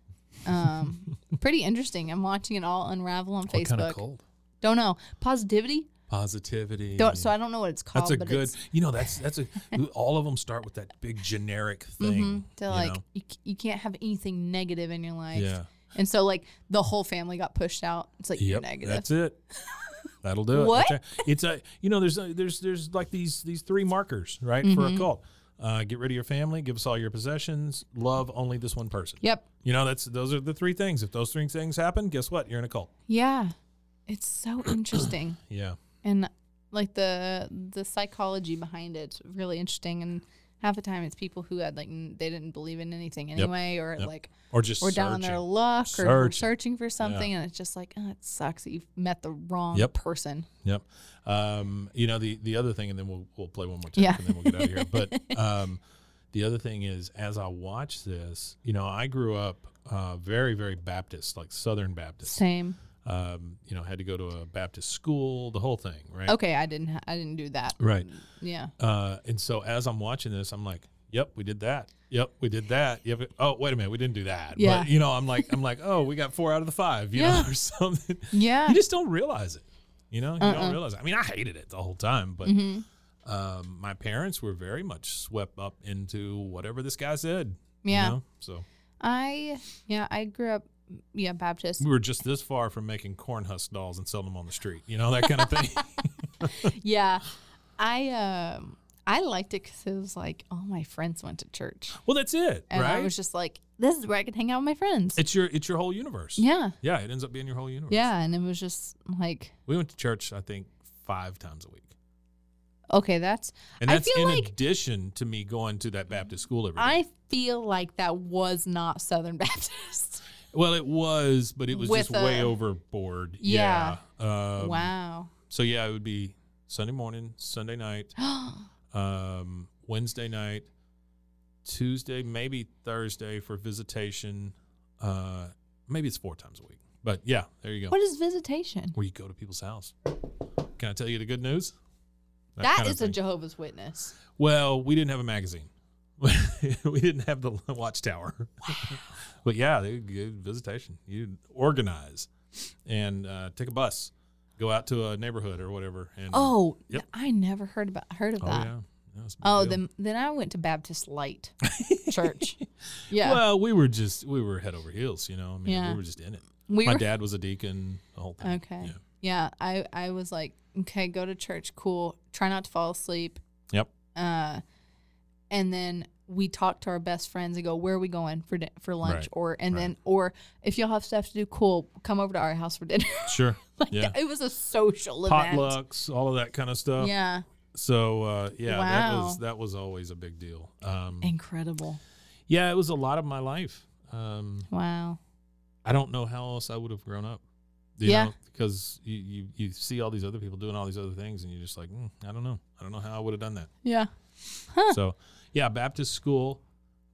Um, pretty interesting. I'm watching it all unravel on
what
Facebook.
kind of cult
Don't know. Positivity?
positivity
Don't, so I don't know what it's called.
That's a
but
good.
It's,
You know, that's that's a. *laughs* all of them start with that big generic
Mhm.
thing.
to
you
like,
know?
you, c- you can't have anything negative in your life.
yeah.
And so, like, the whole family got pushed out. It's like, you're
Yep.
negative.
That's it.
*laughs*
That'll do it.
What?
That's it. It's a. You know, there's a, there's there's like these these three markers right for
Mm-hmm.
a cult. Uh, get rid of your family. Give us all your possessions. Love only this one person.
Yep.
You know, that's those are the three things. If those three things happen, guess what? You're in a cult.
Yeah. It's so interesting.
Yeah.
and like the the psychology behind it's really interesting and half the time it's people who had like n- they didn't believe in anything anyway or
Yep.
like
Or just
were down on their
searching.
luck or were
Searching.
searching for something and it's just like oh, it sucks that you've met the wrong
Yep.
person
Yep. Um, you know the the other thing, and then we'll we'll play one more time,
Yeah.
and then we'll get out of here.
*laughs*
But um, the other thing is, as I watch this, you know, I grew up uh, very very Baptist, like Southern Baptist.
same
Um, you know, had to go to a Baptist school, the whole thing, right?
okay i didn't ha- i didn't do that
Right.
yeah
Uh, and so as I'm watching this, I'm like, "Yep, we did that. Yep, we did that. Yep. it- Oh, wait a minute, we didn't do that.
Yeah.
But you know, I'm like, I'm like, oh, we got four out of the five, you
Yeah.
know, *laughs* or something.
yeah Uh-uh.
You just don't realize it. You know, you don't realize. It. I mean, I hated it the whole time,
Mm-hmm.
but um, my parents were very much swept up into whatever this guy said. you
Yeah.
know? So
i yeah i grew up yeah
*laughs*
baptist
we were just this far from making corn husk dolls and selling them on the street. You know, that kind of
*laughs*
thing. *laughs*
yeah i um i liked it because it was like all my friends went to church
well, that's it,
and
right?
i was just like this is where i can hang out with my friends
it's your it's your whole universe.
yeah
Yeah, it ends up being your whole universe.
Yeah, and it was just like,
We went to church, I think, five times a week.
okay, that's.
And
I
that's
feel
in
like-
addition to me going to that Baptist school every day.
I feel like that was not Southern *laughs* Baptist.
well, it was, but it was
With
just way
a-
overboard.
Yeah.
Yeah. Um,
wow. *gasps*
So yeah, it would be Sunday morning, Sunday night, um, Wednesday night, Tuesday, maybe Thursday for visitation. Uh, maybe it's four times a week. But yeah, there you go.
What is visitation?
Where you go to people's house. Can I tell you the good news?
that
kinda
is a
thing. Mm.
Jehovah's Witness.
Well, we didn't have a magazine. *laughs* we didn't have the *laughs* Watchtower. but yeah, they good visitation. You organize and uh, take a bus, go out to a neighborhood or whatever. And
Oh,
Yep.
I never heard about heard of
Oh
that.
yeah. That was a big
Oh,
deal.
then then I went to Baptist
*laughs*
Light Church. Yeah,
Well, we were just we were head over heels, you know. I mean,
Yeah.
we were just in it.
we
My
were
dad was a deacon. The whole thing.
okay.
Yeah.
Yeah. I I was like, okay, go to church, cool. Try not to fall asleep.
Yep.
uh, and then we talk to our best friends and go, "Where are we going for din- for lunch?"
Right,
Or and
right.
then or if y'all have stuff to do, cool, come over to our house for dinner. *laughs*
Sure. yeah.
it was a social event.
Potlucks, all of that kind of stuff.
Yeah,
So uh, yeah, that was
Wow.
that was always a big deal. Um,
incredible.
yeah, it was a lot of my life. Um,
Wow.
I don't know how else I would have grown up.
Yeah.
because you, you you see all these other people doing all these other things, and you're just like, mm, I don't know, I don't know how I would have done that.
Yeah.
so yeah baptist school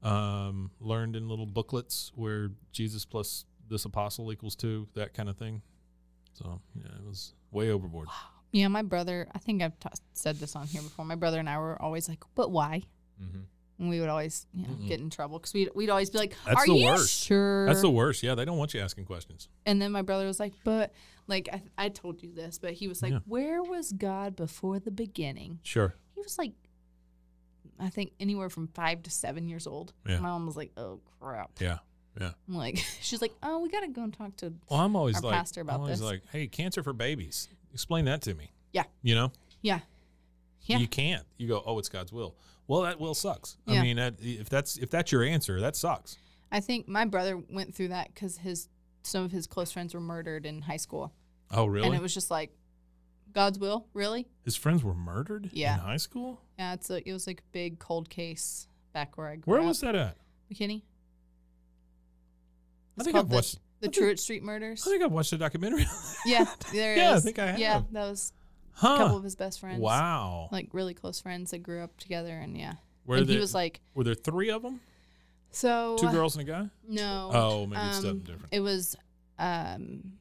um learned in little booklets where jesus plus this apostle equals two that kind of thing so yeah it was way overboard
Yeah, my brother, I think I've ta said this on here before. My brother and I were always like, but why? And we would always you know, get in trouble because we'd, we'd always be like,
That's
are
the
you
worst.
sure?
that's the worst yeah they don't want you asking questions
and then my brother was like, but like, I, I told you this, but he was like,
Yeah.
where was God before the beginning?
sure
He was like, I think anywhere from five to seven years old.
Yeah.
My mom was like, oh, crap.
yeah yeah
I'm like, *laughs* she's like, oh, we got to go and talk to.
well i'm always
Our
like
pastor about
i'm always
this.
like hey cancer for babies explain that to me
Yeah.
you know
Yeah. Yeah.
you can't you go oh it's god's will well that will sucks i
Yeah.
mean that, if that's if that's your answer that sucks
I think my brother went through that because his some of his close friends were murdered in high school,
oh really
and it was just like God's will, really.
his friends were murdered
Yeah.
in high school
Yeah, it's a, it was like a big cold case back where I grew
where
up.
was that at
McKinney?
I
It's
think
called
I've
the-
watched.
The Truett Street murders.
I think I've watched a documentary. *laughs*
Yeah, there it
Yeah, I
is.
think I
Yeah,
have.
that was a couple
huh?
of his best friends.
Wow.
Like really close friends that grew up together, and yeah,
Were
and he
they-
was like,
Were there three of them?
so
Two girls and a guy.
No.
Oh, maybe it's something different.
It was, um,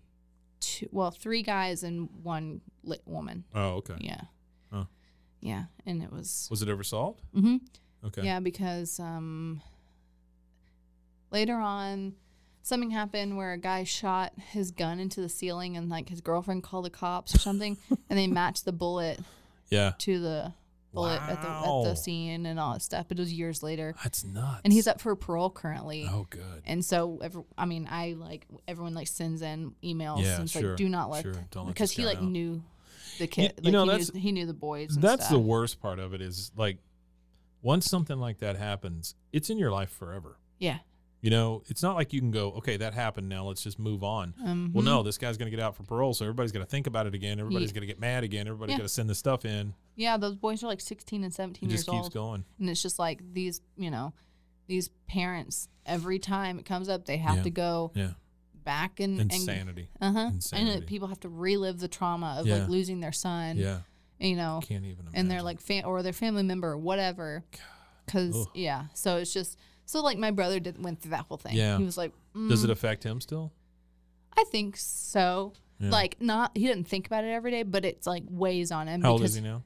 two, well, three guys and one lit woman.
Oh, okay.
Yeah.
Huh.
Yeah, and it was.
Was it ever solved?
hmm
Okay.
Yeah, because um, later on, something happened where a guy shot his gun into the ceiling, and like his girlfriend called the cops or
*laughs*
something, and they matched the bullet
Yeah.
to the bullet at the at
Wow.
the scene and all that stuff. But it was years later,
That's nuts.
and he's up for parole currently.
Oh, good.
And so, every, I mean, I like everyone like sends in emails
Yeah,
and it's
sure,
like, do not let,
sure.
th-
Don't let
because
this
he
guy
like
out.
knew the kid.
you know,
like, he,
that's-
knew, he knew the boys. And
That's the
stuff.
worst part of it is like, once something like that happens, it's in your life forever.
yeah.
You know, it's not like you can go, okay, that happened. Now let's just move on.
Um,
Well, no, this guy's going to get out for parole, so everybody's going to think about it again. Everybody's
Ye-
going to get mad again. Everybody's
Yeah.
going to send this stuff in.
yeah, those boys are like sixteen and
It
seventeen years
just keeps
old,
going.
and it's just like these, you know, these parents. Every time it comes up, they have
Yeah.
to go
Yeah.
back and
Insanity.
Uh huh. And
Insanity.
it, people have to relive the trauma of
Yeah.
like losing their son.
Yeah.
You know,
Can't even imagine.
and they're like fam- or their family member or whatever because
Ugh.
yeah so it's just so like my brother did went through that whole thing
Yeah.
he was like mm,
Does it affect him still?
i think so
Yeah.
like not he didn't think about it every day but it's like weighs on him
How old is
because Mm. Mm-hmm.
he now?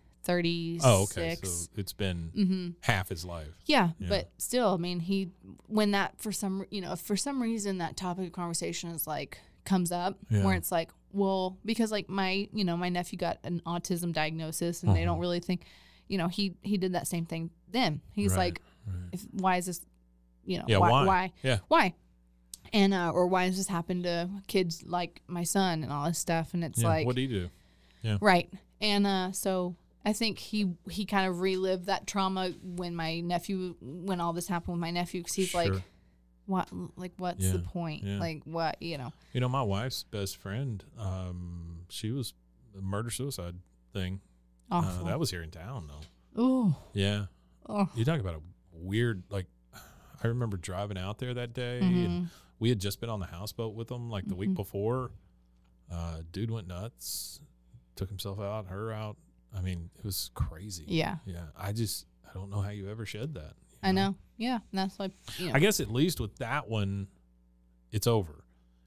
36
Oh, okay. So it's been half his life.
yeah,
Yeah.
but still i mean he when that for some you know if for some reason that topic of conversation is like comes up
Yeah.
where it's like well because like my you know my nephew got an autism diagnosis and they
Uh-huh.
don't really think you know he he did that same thing then he's
Right,
like if, why is this you know
Yeah.
why,
why?
why
Yeah.
why? and uh, or why has this happened to kids like my son and all this stuff and it's
yeah.
like
what do you do?
Right. And uh, so I think he he kind of relived that trauma when my nephew when all this happened with my nephew because he's like
Sure.
what like what's the
Yeah,
point
yeah.
like what you know
You know, my wife's best friend, um, she was a murder suicide thing. Uh,
awful
that was here in town, though.
oh
Yeah.
oh
You talk about a weird, like, I remember driving out there that day,
Mm-hmm.
and we had just been on the houseboat with them like the week before. Uh, dude went nuts, took himself out, her out. I mean, it was crazy.
yeah
Yeah. I just, I don't know how you ever shed that. you
I know yeah and that's like you know
I guess at least with that one, it's over.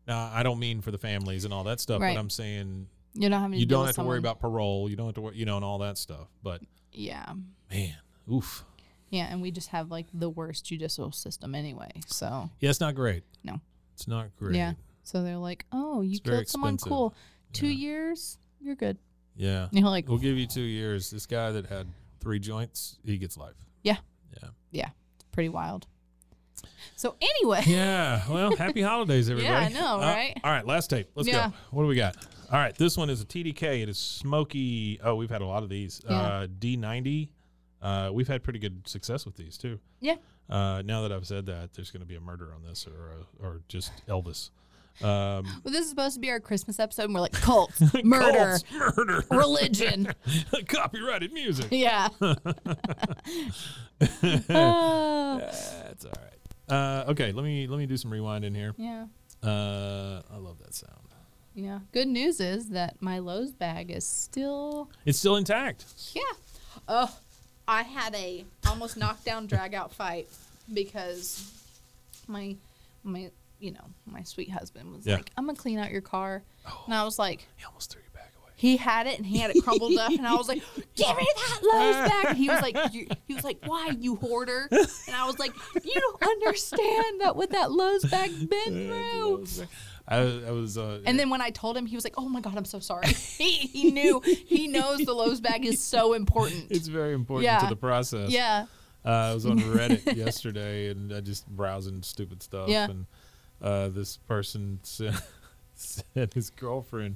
Now, I don't mean for the families and all that stuff,
Right.
but I'm saying
you don't have
you don't have to worry about parole. You don't have to worry, you know, and all that stuff. But
yeah
man, oof.
yeah and we just have like the worst judicial system anyway so
Yeah, it's not great.
No.
It's not great.
yeah so they're like oh you
It's very
killed someone
expensive.
cool two years you're good
Yeah.
you know like
We'll give you two years. This guy that had three joints, he gets life.
Yeah.
Yeah.
yeah pretty wild so anyway
Yeah. Well,
*laughs*
happy holidays, everybody.
I know,
Uh,
right?
all right, last tape. Let's
Yeah.
go. What do we got? All right, this one is a TDK. It is smoky. Oh, we've had a lot of these.
Yeah.
Uh, D90. Uh, we've had pretty good success with these too.
Yeah.
Uh, now that I've said that, there's going to be a murder on this, or a, or just Elvis. Um,
Well, this is supposed to be our Christmas episode, and we're like cults, *laughs* murder,
cults,
*laughs*
murder,
religion.
*laughs* copyrighted
*laughs*
music.
Yeah. Oh,
That's all right. Uh, okay, let me let me do some rewind in here.
Yeah.
Uh, I love that sound.
Yeah. Good news is that my Lowe's bag is still
It's still intact.
Yeah. Oh, I had a almost knockdown drag out fight because my my you know, my sweet husband was
Yeah.
like, I'm gonna clean out your car. And I was like,
He almost threw your bag away.
he had it and he had it crumbled up and I was
*laughs*
like, Give me that Lowe's bag and he was like you, he was like, Why, you hoarder? And I was like, You don't understand that what that Lowe's bag
*laughs*
been through.
I, I was. Uh,
And then when I told him, he was like, "Oh my god, I'm so sorry." *laughs* he, he knew he knows the Lowe's bag is so important.
it's very important to
Yeah.
the process.
yeah,
Uh,
*laughs*
I was on Reddit yesterday and I just browsing stupid stuff.
Yeah.
And uh, this person said, *laughs* said his girlfriend,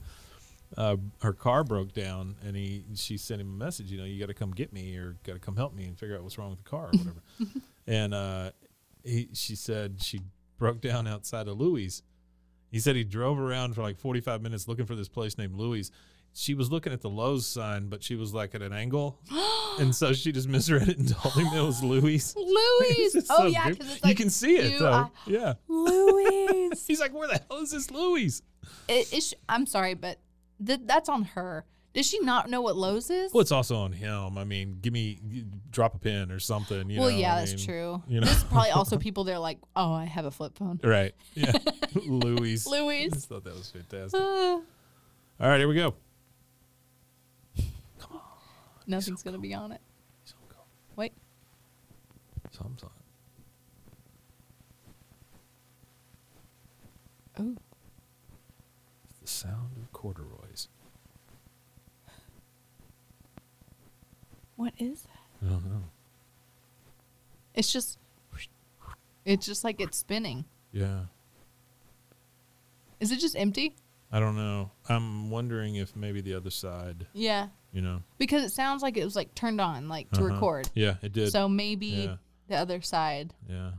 uh, her car broke down, and he she sent him a message. You know, you got to come get me or got to come help me and figure out what's wrong with the car
*laughs*
or whatever. and uh, he, she said she broke *laughs* down outside of Louis. He said he drove around for like 45 minutes looking for this place named Louis. She was looking at the Lowe's sign, but she was like at
*gasps*
an angle. and so she just misread it and told him it was
*laughs*
Louis. *laughs*
Louis.
This is
oh
so
yeah,
good.
because it's like
you can see it
you,
though.
uh,
yeah.
Louis.
He's like, where the hell is this Louis?
It- it's- I'm sorry, but th- that's on her. Does she not know what Lowe's is?
Well, it's also on him. I mean, give me, drop a pin or something. You
well,
know,
yeah,
I
that's
mean,
true.
you know.
There's probably
*laughs*
also people that are like, "Oh, I have a flip phone." *laughs*
Right. Yeah. Louis.
Louis.
I just thought that was fantastic.
Uh,
All right, here we go.
*laughs* nothing's gonna be on it. Wait,
Something.
oh,
The sound of corduroys.
what is that?
I don't know.
It's just, it's just like it's spinning.
Yeah.
Is it just empty?
I don't know. I'm wondering if maybe the other side,
Yeah,
you know.
because it sounds like it was like turned on, like to
Uh-huh.
record.
Yeah, it did.
So maybe
Yeah.
the other side,
yeah.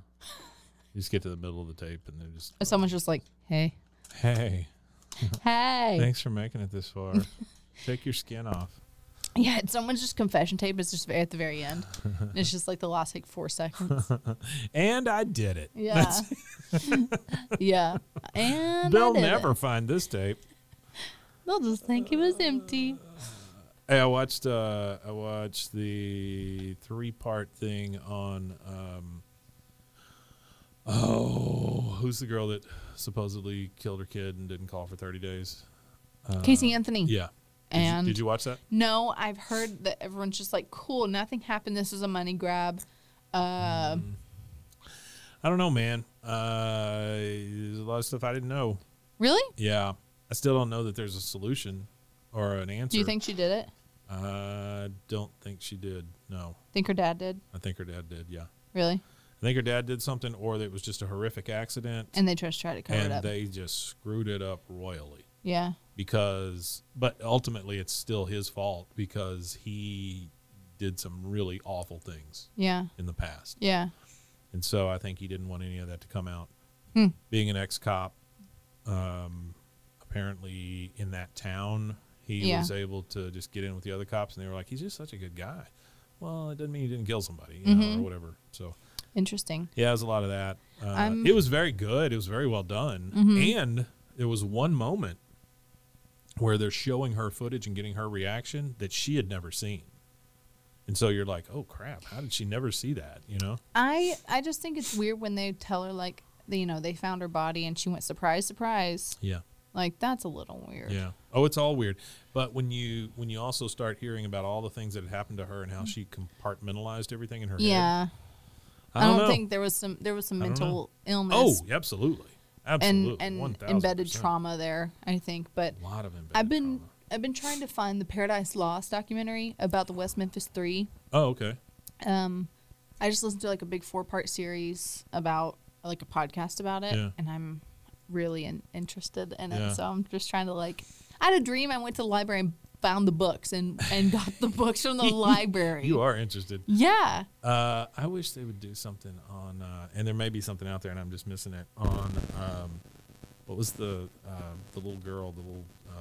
You just get to the middle of the tape and they're just,
someone's just like, "Hey,
hey,
hey."
thanks for making it this
*laughs*
far. Take your skin off.
Yeah, it's someone's just confession tape. It's just at the very
*laughs*
end. And it's just like the last like four seconds.
And I did it.
Yeah. *laughs* yeah. And I
They'll
did it.
never find this tape.
They'll just think it was empty.
Hey, I watched uh, I watched the three part thing on um, oh who's the girl that supposedly killed her kid and didn't call for thirty days?
Casey Anthony.
Yeah. Did you-
And-
did you watch that?
No, I've heard that everyone's just like, cool, nothing happened. This is a money grab. Uh,
Mm. I don't know, man. Uh, there's a lot of stuff I didn't know.
Really?
Yeah, I still don't know that there's a solution or an answer.
Do you think she did it?
I don't think she did. No,
Think her dad did?
I think her dad did. Yeah,
Really?
I think her dad did something, or it was just a horrific accident.
And they just tried to cover
and
it up.
they just screwed it up royally
yeah.
because but ultimately it's still his fault because he did some really awful things
Yeah.
in the past
Yeah.
and so i think he didn't want any of that to come out
Hmm.
being an ex-cop um, apparently in that town he
Yeah.
was able to just get in with the other cops and they were like he's just such a good guy well it doesn't mean he didn't kill somebody you
Mm-hmm.
know, or whatever so
Interesting.
yeah, it was a lot of that. Uh,
I'm- Mm-hmm.
it was very good. It was very well done. And there was one moment where they're showing her footage and getting her reaction that she had never seen. And so you're like, oh crap, how did she never see that? You know?
I I just think it's weird when they tell her like they- you know they found her body and she went surprise surprise
Yeah.
like that's a little weird.
Yeah. Oh, it's all weird. But when you when you also start hearing about all the things that had happened to her and how she compartmentalized everything in her head.
Yeah.
I
I don't,
know.
think there was some there was some
don't know.
mental
Oh,
illness
absolutely.
and
Absolutely.
and
1000%.
embedded trauma there. I think, but
A lot of embedded
I've been
trauma.
I've been trying to find the Paradise Lost documentary about the West Memphis Three.
Oh, okay.
Um, I just listened to like a big four part series about like a podcast about it,
Yeah.
and I'm really in, interested in
Yeah.
it. So I'm just trying to like. I had a dream. I went to the library and found the books and and got the books
*laughs*
from the library.
You are interested.
Yeah.
Uh, I wish they would do something on, uh, and there may be something out there, and I'm just missing it. On um, what was the uh, the little girl, the little uh,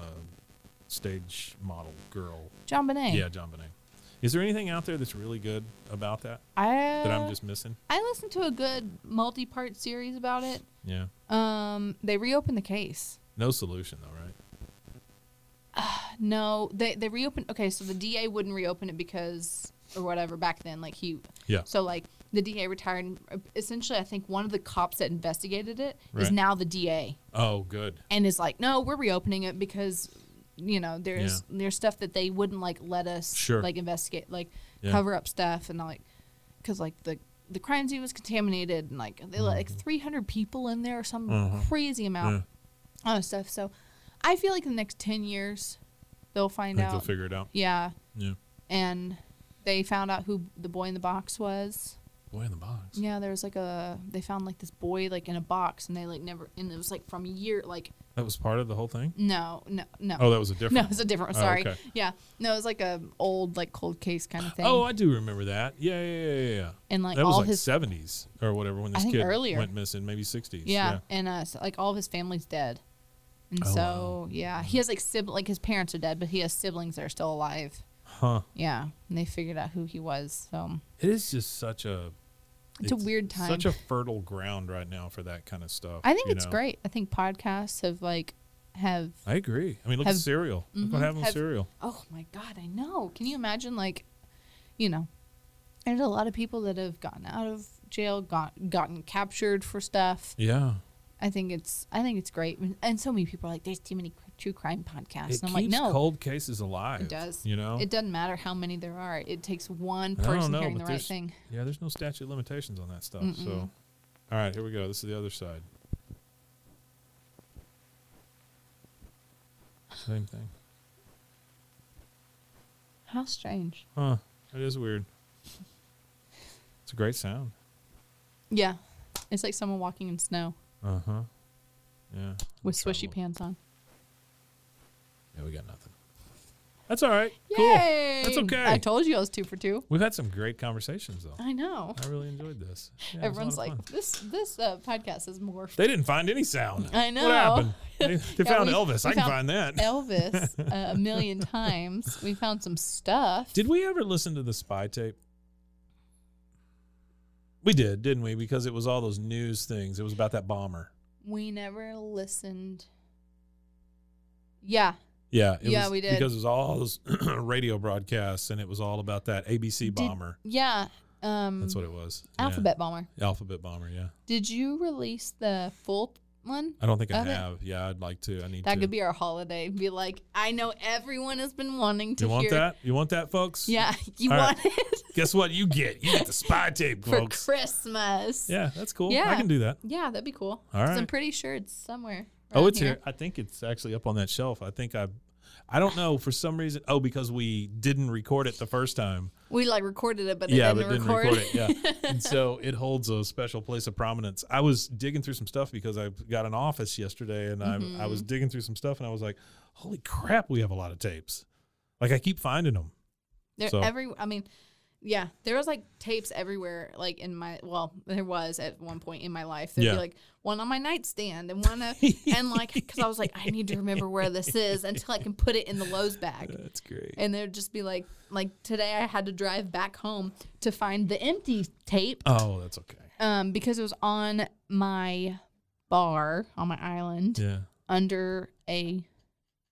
stage model girl?
John Bonet.
Yeah, John Bonet. Is there anything out there that's really good about that
I
that
Uh,
I'm just missing?
I listened to a good multi-part series about it.
Yeah.
Um, they reopened the case.
No solution though, right?
No, they they reopened. Okay, so the DA wouldn't reopen it because or whatever back then, like he.
Yeah.
So like the DA retired. And uh, essentially, I think one of the cops that investigated it is
Right.
now the DA
Oh, good.
and is like, no, we're reopening it because you know there's there's stuff that they wouldn't like let us
Sure.
like investigate like
Yeah.
cover up stuff and like because like the the crime scene was contaminated and like they let like
Mm-hmm.
300 people in there or some
Uh-huh.
crazy amount of stuff so i feel like in the next 10 years they'll
I
find
think they'll
out
figure it out.
yeah
Yeah.
and they found out who the boy in the box was
Boy in the box.
yeah there was like a they found like this boy like in a box and they like never and it was like from a year like
That was part of the whole thing.
no no no
Oh, that was a different.
no, it's a different.
Oh,
Sorry.
okay.
Yeah. No, it was like a old like cold case kind of thing.
Oh, I do remember that. Yeah, yeah, yeah, yeah. yeah.
and like
that
all
was like
his
seventies or whatever when this
think
kid
earlier.
went missing, maybe sixties.
yeah, and uh, so, like all of his family's dead, and
Oh,
so yeah, he has like sib like his parents are dead, but he has siblings that are still alive.
Huh.
Yeah, and they figured out who he was. So
It is just such a
It's a weird time.
Such a fertile ground right now for that kind of stuff.
I think
you
it's
know?
great. I think podcasts have like have
I agree. I mean, look at
Have- Mm-hmm.
cereal. Look what happened with
have-
cereal.
oh my god, I know. Can you imagine like, you know, there's a lot of people that have gotten out of jail, got gotten captured for stuff.
Yeah.
I think it's I think it's great, and, and so many people are like, "There's too many cr- true crime podcasts."
It
and I'm like,
keeps
"No,
cold cases alive.
it does.
You know.
it doesn't matter how many there are. It takes one
I don't
person
know,
hearing
but
the right
there's-
thing."
Yeah, there's no statute of limitations on that stuff. So, all right, here we go. This is the other side. Same thing.
How strange.
Huh. It is weird. It's a great sound.
Yeah, it's like someone walking in snow
Uh huh. Yeah.
with
Let's try
swishy
one.
pants on.
Yeah, we got nothing. That's all right.
Yay!
Cool. That's okay.
I told you I was two for two.
We've had some great conversations, though.
I know.
I really enjoyed this. Yeah, it was a
Everyone's
lot of
like,
fun.
"This this uh, podcast is more."
they didn't find any sound.
I know.
What
*laughs*
happened? They, they
Yeah,
found
we-
Elvis.
we
I can
found
find that.
Elvis uh, a
*laughs*
million times. We found some stuff.
Did we ever listen to the spy tape? We did, didn't we? Because it was all those news things. It was about that bomber.
we never listened. Yeah,
Yeah, it
Yeah,
was
we did.
Because it was all those *clears throat* radio broadcasts, and it was all about that ABC
Did-
bomber.
Yeah. Um,
That's what it was. Yeah.
Alphabet Bomber.
Alphabet bomber. Yeah,
Did you release the full one?
I don't think I
Okay.
have. Yeah, I'd like to. I need
That
to.
could be our holiday. Be like, I know everyone has been wanting to
you want
hear.
that? You want that, folks?
Yeah, *laughs* you
All right.
want it *laughs*
Guess what? You get you get the spy tape,
for
folks.
Christmas.
Yeah, that's cool. I
Yeah.
can do that.
Yeah, that'd be cool.
All
'Cause I'm
right.
pretty sure it's somewhere.
Oh,
around
it's here. I think it's actually up on that shelf. I think I, I don't know for some reason. Oh, because we didn't record it the first time.
We like recorded it, but
yeah,
it
but
didn't,
didn't
record.
record it. Yeah,
*laughs*
and so it holds a special place of prominence. I was digging through some stuff because I got an office yesterday, and I
Mm-hmm.
I was digging through some stuff, and I was like, "Holy crap, we have a lot of tapes!" Like I keep finding them.
There,
So-
every, I mean, yeah, there was like tapes everywhere. Like in my, well, there was at one point in my life. There'd
Yeah.
be like one on my nightstand and one, of, and like,
*laughs*
because I was like, I need to remember where this is until I can put it in the Lowe's bag.
That's great.
And there'd just be like, like today I had to drive back home to find the empty tape
Oh, that's okay.
um, because it was on my bar on my island
Yeah.
under a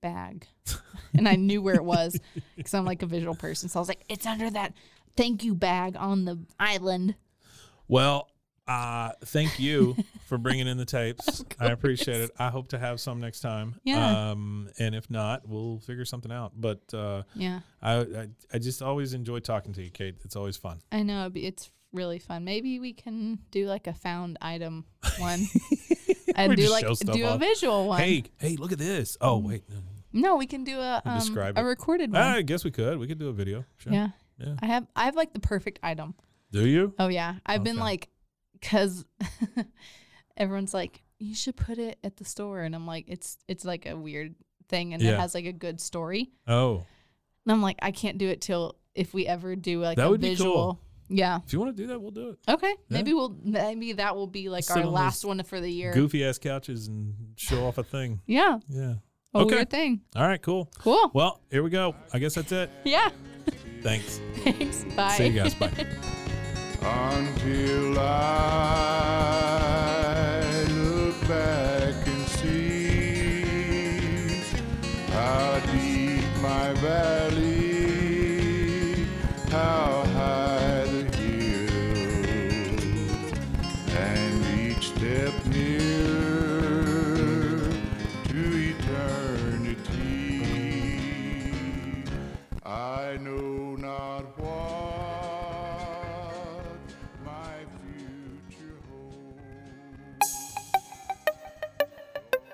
bag. *laughs* and I knew where it was because I'm like a visual person. So I was like, it's under that thank you bag on the island.
Well, uh, thank you for bringing in the tapes. I appreciate it. I hope to have some next time.
Yeah.
Um, and if not, we'll figure something out. But uh,
Yeah,
I, I, I just always enjoy talking to you, Kate. It's always fun.
I know. it'd be- It's really fun. Maybe we can do like a found item
*laughs*
one and
We
do
just
like
show stuff
do a
off.
visual one.
Hey, hey, look at this. Oh, wait. no.
No, we can do a um,
describe it.
a recorded one.
I guess we could. We could do a video. Sure.
yeah.
Yeah.
I have I have like the perfect item.
Do you?
Oh yeah, I've been
Okay.
like, because *laughs* everyone's like, you should put it at the store, and I'm like, it's it's like a weird thing, and it
Yeah.
has like a good story,
Oh,
and I'm like, I can't do it till if we ever do like
That
a
would be cool.
visual. Yeah.
if you want to do that, we'll do it.
Okay. Maybe we'll maybe that will be like
Sit on
our
those
last one for the year.
Goofy ass couches and show off a thing.
Yeah.
Yeah.
A
Okay.
weird thing.
All right. Cool.
Cool.
Well, here we go. I guess that's it.
yeah. *laughs*
Thanks.
Thanks. Bye.
See you
*laughs*
guys. Bye.
until I look back and see how deep my valley, how high the hill, and each step nearer to eternity. I know not what my future holds.